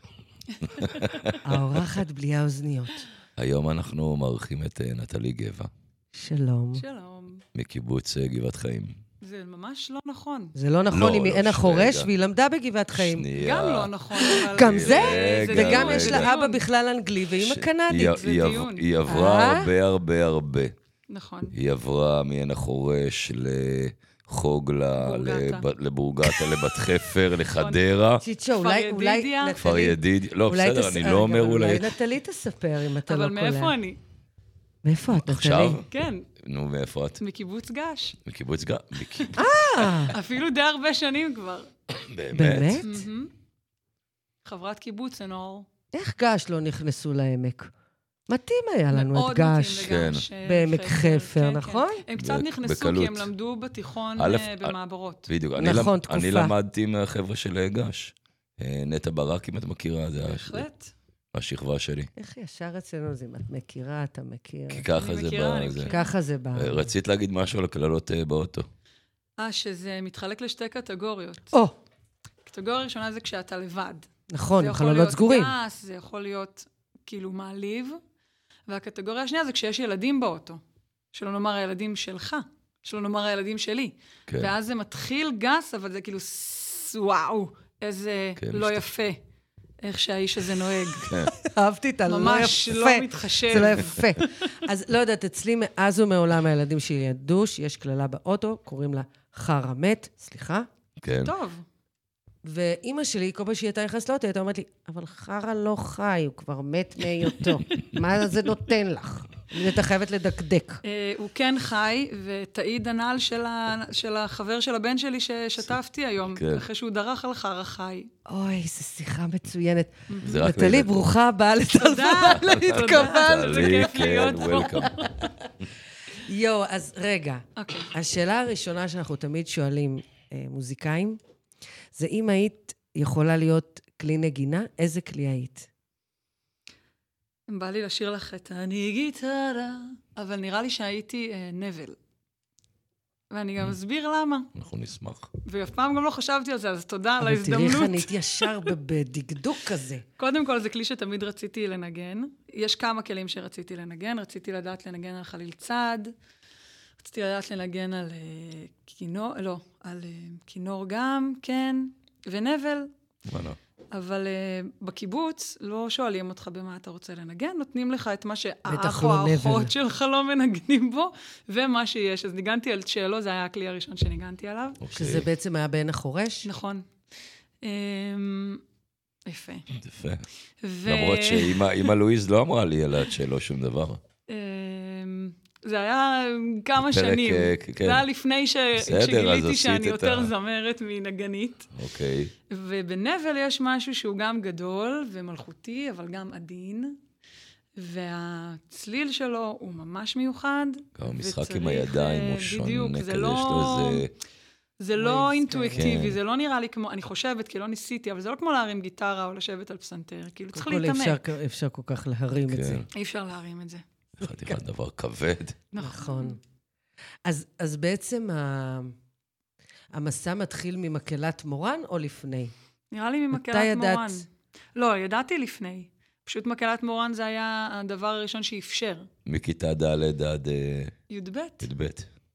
[SPEAKER 3] האורחת בלי האוזניות.
[SPEAKER 2] היום אנחנו מארחים את אה, נטלי גבע,
[SPEAKER 3] שלום.
[SPEAKER 6] שלום.
[SPEAKER 2] מקיבוץ אה, גבעת חיים.
[SPEAKER 6] זה ממש לא נכון.
[SPEAKER 3] זה לא נכון,
[SPEAKER 2] לא,
[SPEAKER 3] היא
[SPEAKER 2] לא,
[SPEAKER 3] מעין
[SPEAKER 2] שנייה.
[SPEAKER 3] החורש, והיא למדה בגבעת חיים.
[SPEAKER 2] שנייה.
[SPEAKER 6] גם לא נכון, אבל...
[SPEAKER 3] גם זה?
[SPEAKER 2] רגע,
[SPEAKER 3] וגם
[SPEAKER 2] רגע.
[SPEAKER 3] יש לה אבא בכלל אנגלי, ואימא
[SPEAKER 2] ש-
[SPEAKER 3] קנדית.
[SPEAKER 2] היא-
[SPEAKER 6] זה
[SPEAKER 2] היא עב-
[SPEAKER 6] דיון.
[SPEAKER 2] היא
[SPEAKER 3] אה?
[SPEAKER 2] עברה הרבה הרבה הרבה.
[SPEAKER 6] נכון.
[SPEAKER 2] היא עברה מעין החורש לחוגלה,
[SPEAKER 6] בורגטה.
[SPEAKER 2] לב- לבורגטה, לבת חפר, לחדרה,
[SPEAKER 3] צ'יצ'ו,
[SPEAKER 6] כפר
[SPEAKER 3] אולי, אולי,
[SPEAKER 6] ידידיה?
[SPEAKER 2] כפר ידיד. לא,
[SPEAKER 3] אולי
[SPEAKER 2] בסדר,
[SPEAKER 3] תס-
[SPEAKER 2] אני
[SPEAKER 3] אה,
[SPEAKER 2] לא אומר
[SPEAKER 3] אבל
[SPEAKER 2] אולי...
[SPEAKER 3] אולי נטלי תספר, אם אתה לא
[SPEAKER 6] אבל
[SPEAKER 3] קולע.
[SPEAKER 6] מאיפה אני?
[SPEAKER 3] מאיפה את, נטלי?
[SPEAKER 2] עכשיו?
[SPEAKER 6] כן,
[SPEAKER 2] נו, מאיפה את?
[SPEAKER 6] את מקיבוץ גש.
[SPEAKER 2] מקיבוץ גן? מקיבוץ-
[SPEAKER 3] אה,
[SPEAKER 6] אפילו די הרבה שנים כבר.
[SPEAKER 3] באמת?
[SPEAKER 6] מהמם. חברת קיבוץ הנוער.
[SPEAKER 3] איך געש לא נכנסו לעמק? מתאים היה לנו את
[SPEAKER 6] מאוד מתאים
[SPEAKER 3] געש.
[SPEAKER 6] לגעש, אה,
[SPEAKER 3] בעמק חפר,
[SPEAKER 6] כן, כן.
[SPEAKER 3] נכון?
[SPEAKER 6] הם קצת
[SPEAKER 2] ב-
[SPEAKER 6] נכנסו, כי הם
[SPEAKER 2] בקלות.
[SPEAKER 6] למדו בתיכון
[SPEAKER 2] א',
[SPEAKER 6] אה, במעברות.
[SPEAKER 2] בדיוק. אני
[SPEAKER 3] נכון,
[SPEAKER 2] למ- אני
[SPEAKER 3] תקופה.
[SPEAKER 2] למדתי מהחבר'ה של גש. אה, נטע ברק, אם את מכירה, זה הש-
[SPEAKER 6] בהחלט. כן,
[SPEAKER 2] השכבה שלי.
[SPEAKER 3] איך ישר אצלנו זה אם את מכירה, אתה מכיר.
[SPEAKER 2] כי ככה
[SPEAKER 6] אני
[SPEAKER 2] זה
[SPEAKER 6] מכירה, אני
[SPEAKER 2] ב... זה.
[SPEAKER 6] מכירה.
[SPEAKER 3] ככה זה בא.
[SPEAKER 2] כן. אה, רצית להגיד משהו על הקללות אה, באוטו.
[SPEAKER 6] אה, שזה מתחלק לשתי קטגוריות.
[SPEAKER 3] או,
[SPEAKER 6] קטגוריה ראשונה זה כשאתה לבד.
[SPEAKER 3] נכון,
[SPEAKER 6] זה
[SPEAKER 3] עם
[SPEAKER 6] יכול
[SPEAKER 3] חלונות
[SPEAKER 6] להיות
[SPEAKER 3] סגורים.
[SPEAKER 6] כעס, זה יכול להיות כאילו מעליב. והקטגוריה השנייה זה כשיש ילדים באוטו. שלא נאמר הילדים שלך, שלא נאמר הילדים שלי.
[SPEAKER 2] כן.
[SPEAKER 6] ואז זה מתחיל גס, אבל זה כאילו ס- וואו, איזה
[SPEAKER 2] כן,
[SPEAKER 6] לא
[SPEAKER 2] משת- כן.
[SPEAKER 6] יפה, איך שהאיש הזה נוהג.
[SPEAKER 3] אהבתי את הלא יפה.
[SPEAKER 6] ממש לא מתחשב.
[SPEAKER 3] זה לא יפה. אז לא יודעת, אצלי מאז ומעולם הילדים שלי ידעו שיש קללה באוטו, קוראים לה חרא מת, סליחה.
[SPEAKER 2] כן.
[SPEAKER 6] טוב,
[SPEAKER 3] ואימא שלי, כל פעם שהיא הייתה נכנסת לאוטו, היא הייתה אומרת לי, אבל חרא לא חי, הוא כבר מת מהיותו. מה זה נותן לך? אתה חייבת לדקדק.
[SPEAKER 6] אה, הוא כן חי, ותעיד הנעל של, ה... של החבר של הבן שלי ששתפתי היום,
[SPEAKER 2] כן.
[SPEAKER 6] אחרי שהוא דרך על חרא חי.
[SPEAKER 3] אוי, איזו שיחה מצוינת.
[SPEAKER 2] זה רק
[SPEAKER 3] נטלי,
[SPEAKER 2] לילדים.
[SPEAKER 3] ברוכה הבאה לטלפון להתקבל.
[SPEAKER 6] אה, זה כיף
[SPEAKER 2] כן,
[SPEAKER 6] להיות פה.
[SPEAKER 2] welcome.
[SPEAKER 3] יואו, אז רגע.
[SPEAKER 6] אוקיי.
[SPEAKER 3] השאלה הראשונה שאנחנו תמיד שואלים אה, מוזיקאים, זה אם היית יכולה להיות כלי נגינה, איזה כלי היית?
[SPEAKER 6] בא לי לשיר לך את אני גיטרה, אבל נראה לי שהייתי אה, נבל. ואני
[SPEAKER 3] Mm.
[SPEAKER 6] גם אסביר למה,
[SPEAKER 2] אנחנו נשמח. ואני
[SPEAKER 6] ואף פעם גם לא חשבתי על זה, אז תודה על
[SPEAKER 3] אבל תראי איך
[SPEAKER 6] ההזדמנות.
[SPEAKER 3] ענית ישר ב- בדקדוק כזה.
[SPEAKER 6] קודם כל, זה כלי שתמיד רציתי לנגן. יש כמה כלים שרציתי לנגן. רציתי לדעת לנגן על חליל צד, רציתי לדעת לנגן על אה, כינור, לא, על אה, כינור גם, כן, ונבל.
[SPEAKER 2] לא.
[SPEAKER 6] אבל uh, בקיבוץ לא שואלים אותך במה אתה רוצה לנגן, נותנים לך את מה
[SPEAKER 3] בטח
[SPEAKER 6] שהאח
[SPEAKER 3] לא
[SPEAKER 6] או
[SPEAKER 3] נבל.
[SPEAKER 6] האחות שלך לא מנגנים בו, ומה שיש. אז ניגנתי על צ'לו, זה היה הכלי הראשון שניגנתי עליו.
[SPEAKER 2] אוקיי,
[SPEAKER 3] שזה בעצם היה בעין החורש.
[SPEAKER 6] נכון. Um, יפה.
[SPEAKER 2] יפה.
[SPEAKER 6] ו...
[SPEAKER 2] למרות שאימא אימא לואיז לא אמרה לי על שלא שום דבר.
[SPEAKER 6] Um, זה היה כמה
[SPEAKER 2] פרק,
[SPEAKER 6] שנים.
[SPEAKER 2] אה, כן.
[SPEAKER 6] זה היה לפני ש...
[SPEAKER 2] בסדר, אז
[SPEAKER 6] שגיליתי
[SPEAKER 2] עשית את
[SPEAKER 6] שאני יותר
[SPEAKER 2] ה-
[SPEAKER 6] זמרת מנגנית.
[SPEAKER 2] אוקיי.
[SPEAKER 6] ובנבל יש משהו שהוא גם גדול ומלכותי, אבל גם עדין, והצליל שלו הוא ממש מיוחד.
[SPEAKER 2] גם המשחק עם
[SPEAKER 6] וצריך,
[SPEAKER 2] הידיים הוא
[SPEAKER 6] אה,
[SPEAKER 2] שונה
[SPEAKER 6] בדיוק,
[SPEAKER 2] כזה,
[SPEAKER 6] זה
[SPEAKER 2] יש
[SPEAKER 6] לא...
[SPEAKER 2] לו איזה...
[SPEAKER 6] זה לא
[SPEAKER 3] כן.
[SPEAKER 6] אינטואיטיבי,
[SPEAKER 2] כן.
[SPEAKER 6] זה לא נראה לי כמו, אני חושבת, כי לא ניסיתי, אבל זה לא כמו להרים גיטרה או לשבת על פסנתר, כאילו צריך
[SPEAKER 3] קודם כל אי
[SPEAKER 6] להתאמן.
[SPEAKER 3] אפשר כ- אפשר כל כך להרים את זה.
[SPEAKER 2] כן.
[SPEAKER 6] אי אפשר להרים את זה. כן.
[SPEAKER 2] חתיכת דבר כבד.
[SPEAKER 3] נכון. אז, אז בעצם ה... המסע מתחיל ממקהלת מורן או לפני?
[SPEAKER 6] נראה לי ממקהלת
[SPEAKER 3] מתי ידעת?
[SPEAKER 6] מורן. לא, ידעתי לפני. פשוט מקהלת מורן זה היה הדבר הראשון שאפשר.
[SPEAKER 2] מכיתה ד' עד אה,
[SPEAKER 6] י"ב.
[SPEAKER 2] י"ב.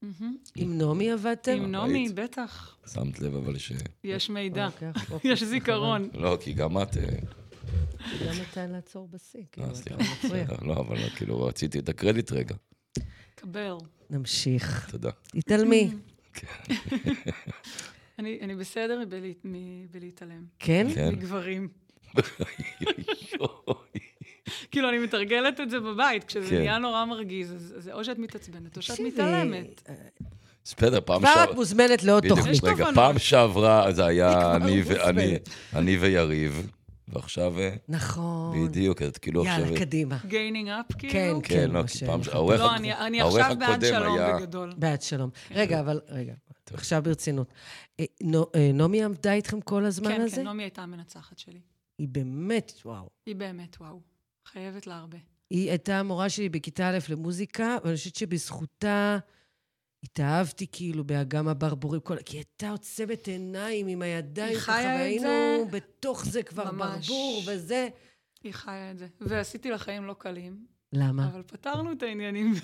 [SPEAKER 6] מהמם.
[SPEAKER 3] עם נעמי עבדתם?
[SPEAKER 6] עם נעמי, בטח.
[SPEAKER 2] שמת לב אבל ש...
[SPEAKER 6] יש מידע.
[SPEAKER 3] אוקיי, אוקיי,
[SPEAKER 6] יש זיכרון.
[SPEAKER 2] לא, כי גם את... אה,
[SPEAKER 3] גם מתי לעצור בשיא, כאילו,
[SPEAKER 2] אה,
[SPEAKER 3] אתה
[SPEAKER 2] סליחה.
[SPEAKER 3] מפריע.
[SPEAKER 2] בסדר, לא, אבל כאילו רציתי את הקרדיט רגע.
[SPEAKER 6] קבל.
[SPEAKER 3] נמשיך.
[SPEAKER 2] תודה.
[SPEAKER 3] תתעלמי.
[SPEAKER 2] כן.
[SPEAKER 6] אני, אני בסדר בלי, מ- בלהתעלם.
[SPEAKER 3] כן?
[SPEAKER 2] כן.
[SPEAKER 6] מגברים. כאילו, אני מתרגלת את זה בבית, כשזה
[SPEAKER 2] כן.
[SPEAKER 6] נהיה נורא מרגיז, אז אז זה או שאת מתעצבנת או שאת
[SPEAKER 3] תקשיבי,
[SPEAKER 6] מתעלמת.
[SPEAKER 2] בסדר, פעם
[SPEAKER 3] כבר
[SPEAKER 2] שעברה...
[SPEAKER 3] את מוזמנת לעוד
[SPEAKER 2] בדיוק,
[SPEAKER 3] תוכנית.
[SPEAKER 2] רגע,
[SPEAKER 6] תובנות.
[SPEAKER 2] פעם שעברה זה היה
[SPEAKER 3] כבר
[SPEAKER 2] אני ו- אני-
[SPEAKER 3] מוזמנת.
[SPEAKER 2] אני ויריב, ועכשיו... אה,
[SPEAKER 3] נכון.
[SPEAKER 2] בדיוק, את כאילו עכשיו...
[SPEAKER 3] יאללה, קדימה.
[SPEAKER 6] גיינינג אפ, כאילו?
[SPEAKER 3] כן.
[SPEAKER 2] כן, לא,
[SPEAKER 3] משה.
[SPEAKER 2] כי פעם... העורך
[SPEAKER 6] לא,
[SPEAKER 2] הק-
[SPEAKER 6] אני, אני
[SPEAKER 2] העורך
[SPEAKER 6] עכשיו בעד
[SPEAKER 2] הקודם
[SPEAKER 6] שלום
[SPEAKER 2] היה-
[SPEAKER 6] בגדול.
[SPEAKER 3] בעד שלום.
[SPEAKER 2] כן.
[SPEAKER 3] רגע, אבל, רגע, עכשיו ברצינות. אה, נו- אה, נעמי עמדה איתכם כל הזמן
[SPEAKER 6] כן,
[SPEAKER 3] הזה?
[SPEAKER 6] כן, נעמי הייתה המנצחת שלי.
[SPEAKER 3] היא באמת, וואו.
[SPEAKER 6] היא באמת, וואו. חייבת לה הרבה.
[SPEAKER 3] היא הייתה המורה שלי בכיתה א' למוזיקה, ואני חושבת שבזכותה התאהבתי כאילו באגם הברבורים, כל... כי היא הייתה עוצמת עיניים עם הידיים
[SPEAKER 6] היא
[SPEAKER 3] ככה,
[SPEAKER 6] חיה את
[SPEAKER 3] והיינו
[SPEAKER 6] זה
[SPEAKER 3] בתוך זה כבר
[SPEAKER 6] ממש.
[SPEAKER 3] ברבור וזה.
[SPEAKER 6] היא חיה את זה. ועשיתי לה חיים לא קלים,
[SPEAKER 3] למה?
[SPEAKER 6] אבל פתרנו את העניינים.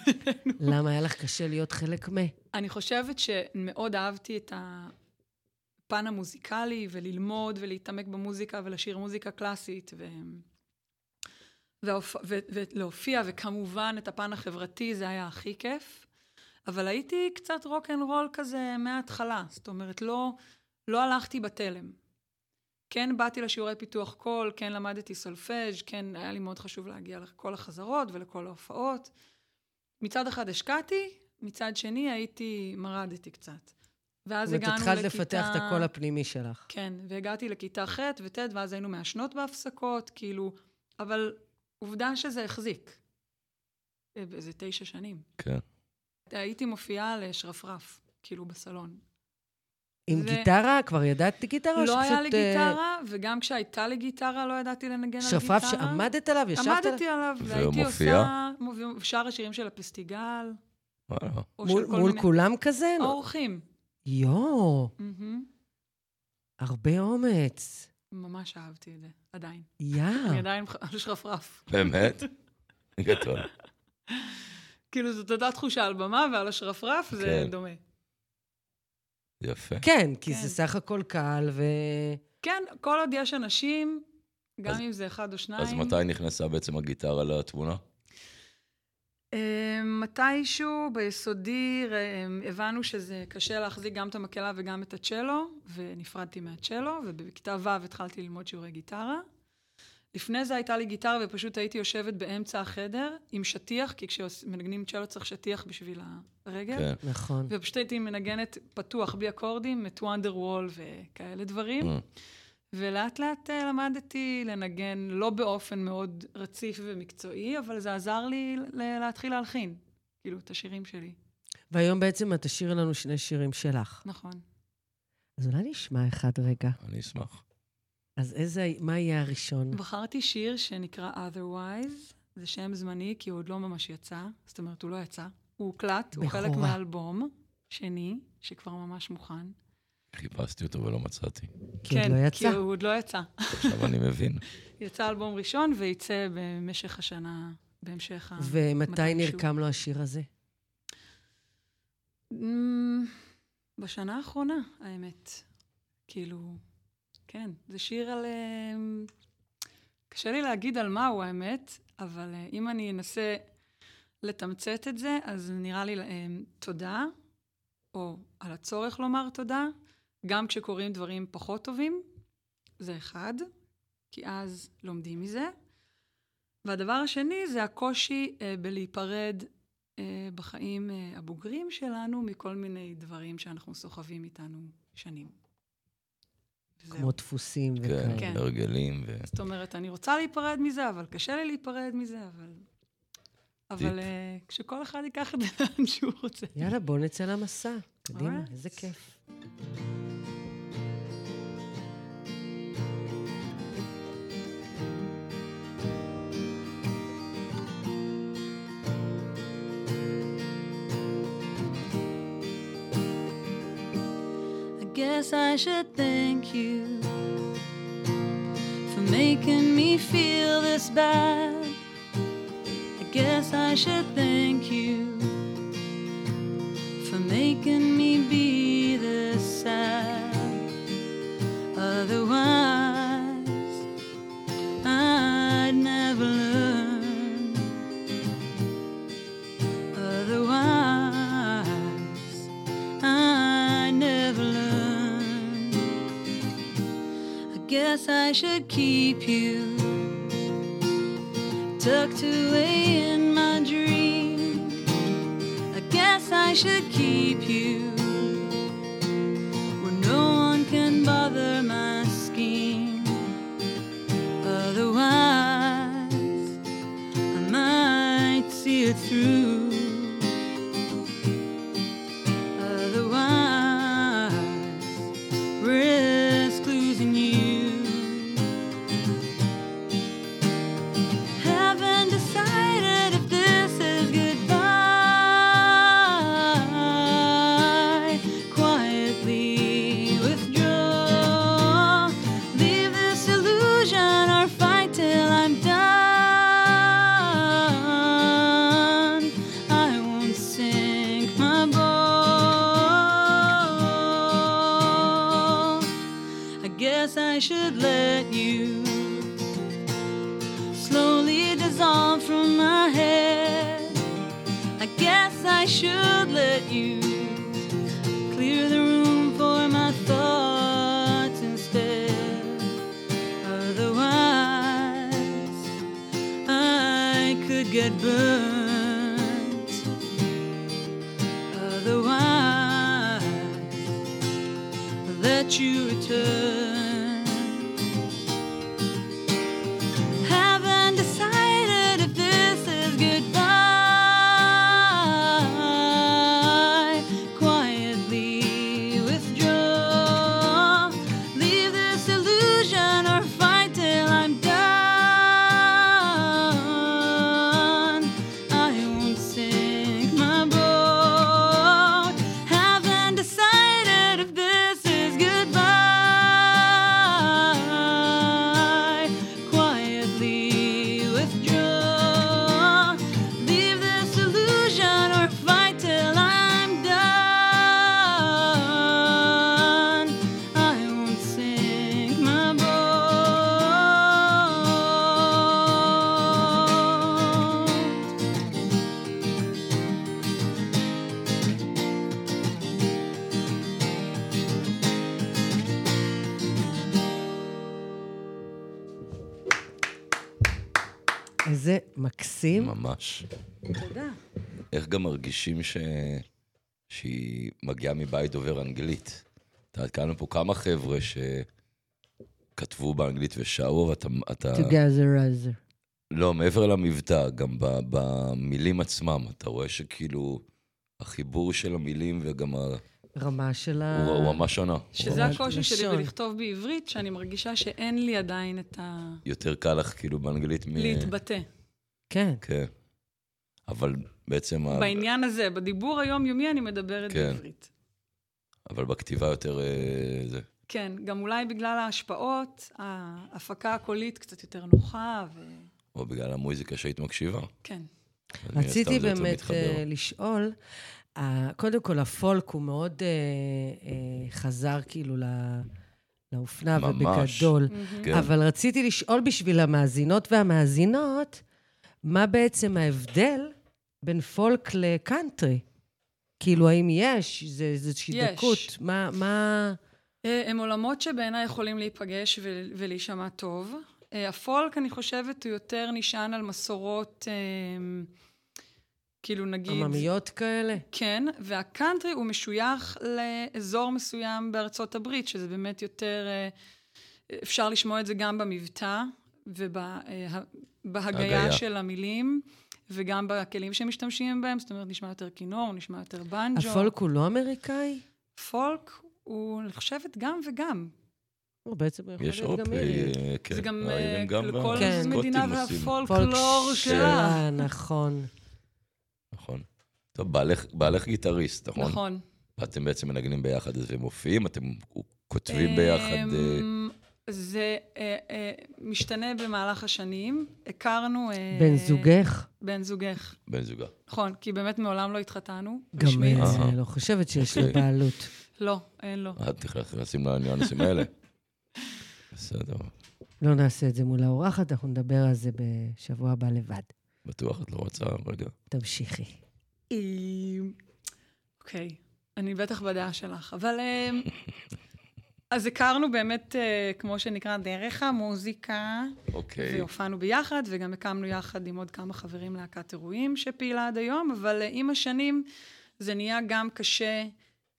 [SPEAKER 3] למה היה לך קשה להיות חלק מה?
[SPEAKER 6] אני חושבת שמאוד אהבתי את הפן המוזיקלי, וללמוד ולהתעמק במוזיקה ולשיר מוזיקה קלאסית, ו... והופ... ו... ולהופיע, וכמובן את הפן החברתי, זה היה הכי כיף. אבל הייתי קצת רוק אנד רול כזה מההתחלה, זאת אומרת, לא, לא הלכתי בתלם. כן באתי לשיעורי פיתוח קול, כן למדתי סולפג', כן היה לי מאוד חשוב להגיע לכל החזרות ולכל ההופעות. מצד אחד השקעתי, מצד שני הייתי, מרדתי קצת. ואז
[SPEAKER 3] זאת אומרת,
[SPEAKER 6] הגענו לכיתה...
[SPEAKER 3] התחלת לפתח את הקול הפנימי שלך.
[SPEAKER 6] כן, והגעתי לכיתה ח' וט', ואז היינו מעשנות בהפסקות, כאילו, אבל עובדה שזה החזיק. אה, באיזה תשע שנים.
[SPEAKER 2] כן.
[SPEAKER 6] הייתי מופיעה לשרפרף, כאילו בסלון.
[SPEAKER 3] עם
[SPEAKER 6] ו-
[SPEAKER 3] גיטרה? כבר ידעת גיטרה? או
[SPEAKER 6] לא היה לי
[SPEAKER 3] שפשוט, אה,
[SPEAKER 6] גיטרה, וגם כשהייתה לי גיטרה לא ידעתי לנגן על גיטרה.
[SPEAKER 3] שרפרף שעמדת עליו? ישבת עליו?
[SPEAKER 6] עמדתי עליו, והייתי
[SPEAKER 2] ומופיעה?
[SPEAKER 6] עושה... מופיע- שרה שירים של הפסטיגל,
[SPEAKER 2] וואלה.
[SPEAKER 6] או
[SPEAKER 3] מול,
[SPEAKER 6] של כל
[SPEAKER 3] מול
[SPEAKER 6] מיני...
[SPEAKER 3] כולם כזה?
[SPEAKER 6] אורחים.
[SPEAKER 3] יואו,
[SPEAKER 6] מהמם.
[SPEAKER 3] הרבה אומץ.
[SPEAKER 6] ממש אהבתי את זה, עדיין.
[SPEAKER 3] יא.
[SPEAKER 6] אני עדיין על שרפרף.
[SPEAKER 2] באמת? גדול.
[SPEAKER 6] כאילו, זאת אותה תחושה על במה, ועל השרפרף זה
[SPEAKER 2] כן.
[SPEAKER 6] דומה.
[SPEAKER 2] יפה.
[SPEAKER 3] כן, כי
[SPEAKER 6] כן.
[SPEAKER 3] זה סך הכל קל, ו...
[SPEAKER 6] כן, כל עוד יש אנשים, גם
[SPEAKER 2] אז-
[SPEAKER 6] אם זה אחד או שניים.
[SPEAKER 2] אז מתי נכנסה בעצם הגיטרה לתמונה?
[SPEAKER 6] אה, מתישהו ביסודי אה, הבנו שזה קשה להחזיק גם את המקהלה וגם את הצ'לו, ונפרדתי מהצ'לו, ובכיתה ו' התחלתי ללמוד שיעורי גיטרה. לפני זה הייתה לי גיטרה ופשוט הייתי יושבת באמצע החדר עם שטיח, כי כשמנגנים צ'לו צריך שטיח בשביל הרגל.
[SPEAKER 2] כן.
[SPEAKER 3] נכון.
[SPEAKER 6] ופשוט הייתי מנגנת פתוח, בלי אקורדים, את וונדר וול וכאלה דברים.
[SPEAKER 2] אה.
[SPEAKER 3] Mm.
[SPEAKER 6] ולאט לאט אה, למדתי לנגן, לא באופן מאוד רציף ומקצועי, אבל זה עזר לי ל- להתחיל להלחין, כאילו, את השירים שלי.
[SPEAKER 3] והיום בעצם את תשאירי לנו שני שירים שלך.
[SPEAKER 6] נכון.
[SPEAKER 3] אז אולי נשמע אחד רגע.
[SPEAKER 2] אני אשמח.
[SPEAKER 3] אז איזה, מה יהיה הראשון?
[SPEAKER 6] בחרתי שיר שנקרא Otherwise, זה שם זמני, כי הוא עוד לא ממש יצא, זאת אומרת, הוא לא יצא. הוא הוקלט, הוא חלק
[SPEAKER 3] בכורה.
[SPEAKER 6] מהאלבום שני, שכבר ממש מוכן.
[SPEAKER 2] חיפשתי אותו ולא מצאתי.
[SPEAKER 3] כי עוד לא
[SPEAKER 6] כי
[SPEAKER 3] יצא.
[SPEAKER 6] הוא עוד לא יצא.
[SPEAKER 2] עכשיו אני מבין.
[SPEAKER 6] יצא אלבום ראשון וייצא במשך השנה, בהמשך ה...
[SPEAKER 3] ומתי
[SPEAKER 6] מתישהו.
[SPEAKER 3] נרקם לו השיר הזה?
[SPEAKER 6] אמ, בשנה האחרונה, האמת. כאילו, כן, זה שיר על... אמ, קשה לי להגיד על מהו האמת, אבל אה, אם אני אנסה לתמצת את זה, אז נראה לי אמ, תודה, או על הצורך לומר תודה, גם כשקורים דברים פחות טובים, זה אחד, כי אז לומדים מזה. והדבר השני זה הקושי אה, בלהיפרד אה, בחיים אה, הבוגרים שלנו מכל מיני דברים שאנחנו סוחבים איתנו שנים. וזהו.
[SPEAKER 3] כמו דפוסים וכאלה.
[SPEAKER 2] כן,
[SPEAKER 6] כן.
[SPEAKER 2] הרגלים ו...
[SPEAKER 6] זאת אומרת, אני רוצה להיפרד מזה, אבל קשה לי להיפרד מזה, אבל... אבל
[SPEAKER 2] טיפ.
[SPEAKER 6] אה, כשכל אחד ייקח את זה לאן שהוא רוצה.
[SPEAKER 3] יאללה, בואו נצא למסע. קדימה,
[SPEAKER 6] Alright.
[SPEAKER 3] איזה כיף.
[SPEAKER 6] I guess I should thank you for making me feel this bad. I guess I should thank you for making me be this sad. Otherwise, I'd never learn. Otherwise, I never learned. I guess I should keep you tucked away in my dream. I guess I should keep you where no one can bother my scheme. Otherwise, I might see it through. Otherwise, risk losing you. Haven't decided if this is goodbye.
[SPEAKER 5] guess I should let you slowly dissolve from my head. I guess I should let you clear the room for my thoughts instead. Otherwise, I could get burnt. Otherwise, that you return. Haven't decided if this is goodbye. Quietly withdraw. Leave this illusion or fight till I'm done. I won't sink my boat. Haven't decided if this is goodbye. Quietly withdraw. Leave this illusion or fight till I'm done. I won't sink my boat.
[SPEAKER 3] איזה מקסים.
[SPEAKER 2] ממש.
[SPEAKER 6] תודה.
[SPEAKER 2] איך גם מרגישים ש... שהיא מגיעה מבית דובר אנגלית? אתה יודעת, כאן פה כמה חבר'ה שכתבו באנגלית ושרו, ואתה... אתה...
[SPEAKER 3] Together as a-
[SPEAKER 2] לא, מעבר למבטא, גם ב... במילים עצמם. אתה רואה שכאילו החיבור של המילים וגם ה...
[SPEAKER 3] רמה של ה...
[SPEAKER 2] הוא, הוא ממש שונה. הוא
[SPEAKER 6] אה. שזה
[SPEAKER 2] ממש-
[SPEAKER 6] הקושי שלי
[SPEAKER 3] לשון.
[SPEAKER 6] בלכתוב בעברית, שאני מרגישה שאין לי עדיין את ה...
[SPEAKER 2] יותר קל לך כאילו באנגלית מ...
[SPEAKER 6] להתבטא.
[SPEAKER 3] כן.
[SPEAKER 2] כן. אבל בעצם... ה-
[SPEAKER 6] בעניין הזה, בדיבור היומיומי אני מדברת
[SPEAKER 2] כן.
[SPEAKER 6] בעברית.
[SPEAKER 2] אבל בכתיבה יותר... אה, זה.
[SPEAKER 6] כן, גם אולי בגלל ההשפעות, ההפקה הקולית קצת יותר נוחה, ו...
[SPEAKER 2] או בגלל המוזיקה שהיית מקשיבה.
[SPEAKER 6] כן.
[SPEAKER 2] אז מן הסתם
[SPEAKER 3] רציתי
[SPEAKER 2] זה יותר
[SPEAKER 3] באמת
[SPEAKER 2] מתחבר.
[SPEAKER 3] אה, לשאול, אה, קודם כל, הפולק הוא מאוד אה, אה, חזר כאילו ל- לאופנה,
[SPEAKER 2] ממש.
[SPEAKER 3] ובגדול.
[SPEAKER 2] כן.
[SPEAKER 3] אבל רציתי לשאול בשביל המאזינות והמאזינות, מה בעצם ההבדל בין פולק לקאנטרי? כאילו, האם יש? זה איזושהי
[SPEAKER 6] יש.
[SPEAKER 3] דקות? מה, מה...
[SPEAKER 6] אה, הם עולמות שבעיניי יכולים להיפגש ו- ולהישמע טוב. אה, הפולק, אני חושבת, הוא יותר נשען על מסורות, אה, כאילו נגיד...
[SPEAKER 3] עממיות כאלה?
[SPEAKER 6] כן, והקאנטרי הוא משוייך לאזור מסוים בארצות הברית, שזה באמת יותר... אה, אפשר לשמוע את זה גם במבטא ובהגייה
[SPEAKER 2] הגיה.
[SPEAKER 6] של המילים, וגם בכלים שמשתמשים בהם, זאת אומרת, נשמע יותר כינור, נשמע יותר בנג'ו.
[SPEAKER 3] הפולק הוא לא אמריקאי?
[SPEAKER 6] פולק הוא, אני חושבת, גם וגם.
[SPEAKER 3] הוא בעצם יכול
[SPEAKER 2] יש
[SPEAKER 3] להיות גם
[SPEAKER 2] אירופאי,
[SPEAKER 3] אירי.
[SPEAKER 2] אה, כן.
[SPEAKER 6] זה גם
[SPEAKER 2] האירים
[SPEAKER 6] אה,
[SPEAKER 2] גם
[SPEAKER 6] לכל
[SPEAKER 3] כן.
[SPEAKER 2] והסקוטים
[SPEAKER 6] מדינה
[SPEAKER 2] עושים.
[SPEAKER 3] פולק
[SPEAKER 6] והפולקלור שלה.
[SPEAKER 3] שלה, אוקיי. נכון.
[SPEAKER 2] נכון. טוב, בעלך- בעלך גיטריסט, נכון? נכון.
[SPEAKER 6] נכון.
[SPEAKER 2] אתם בעצם מנגנים ביחד אז ומופיעים, אתם כותבים ביחד... אה,
[SPEAKER 6] אמ, זה אה, אה, משתנה במהלך השנים. הכרנו... אה,
[SPEAKER 3] בן זוגך?
[SPEAKER 6] בן זוגך.
[SPEAKER 2] בן זוגה.
[SPEAKER 6] נכון, כי באמת מעולם לא התחתנו.
[SPEAKER 3] גם
[SPEAKER 6] רשמית.
[SPEAKER 3] אין,
[SPEAKER 2] אה.
[SPEAKER 3] אני לא חושבת שיש לו
[SPEAKER 2] אוקיי.
[SPEAKER 3] בעלות.
[SPEAKER 6] לא, אין לו.
[SPEAKER 2] אה, נכנסים לניואנסים האלה. בסדר,
[SPEAKER 3] לא נעשה את זה מול האורחת, אנחנו נדבר על זה בשבוע הבא לבד.
[SPEAKER 2] בטוח את לא רוצה, לא יודע.
[SPEAKER 3] תמשיכי.
[SPEAKER 6] אמ, אוקיי, אני בטח בדעה שלך, אבל... אמ, אז הכרנו באמת, אה, כמו שנקרא, דרך המוזיקה.
[SPEAKER 2] אוקיי.
[SPEAKER 6] והופענו ביחד, וגם הקמנו יחד עם עוד כמה חברים להקת אירועים שפעילה עד היום, אבל אה, עם השנים זה נהיה גם קשה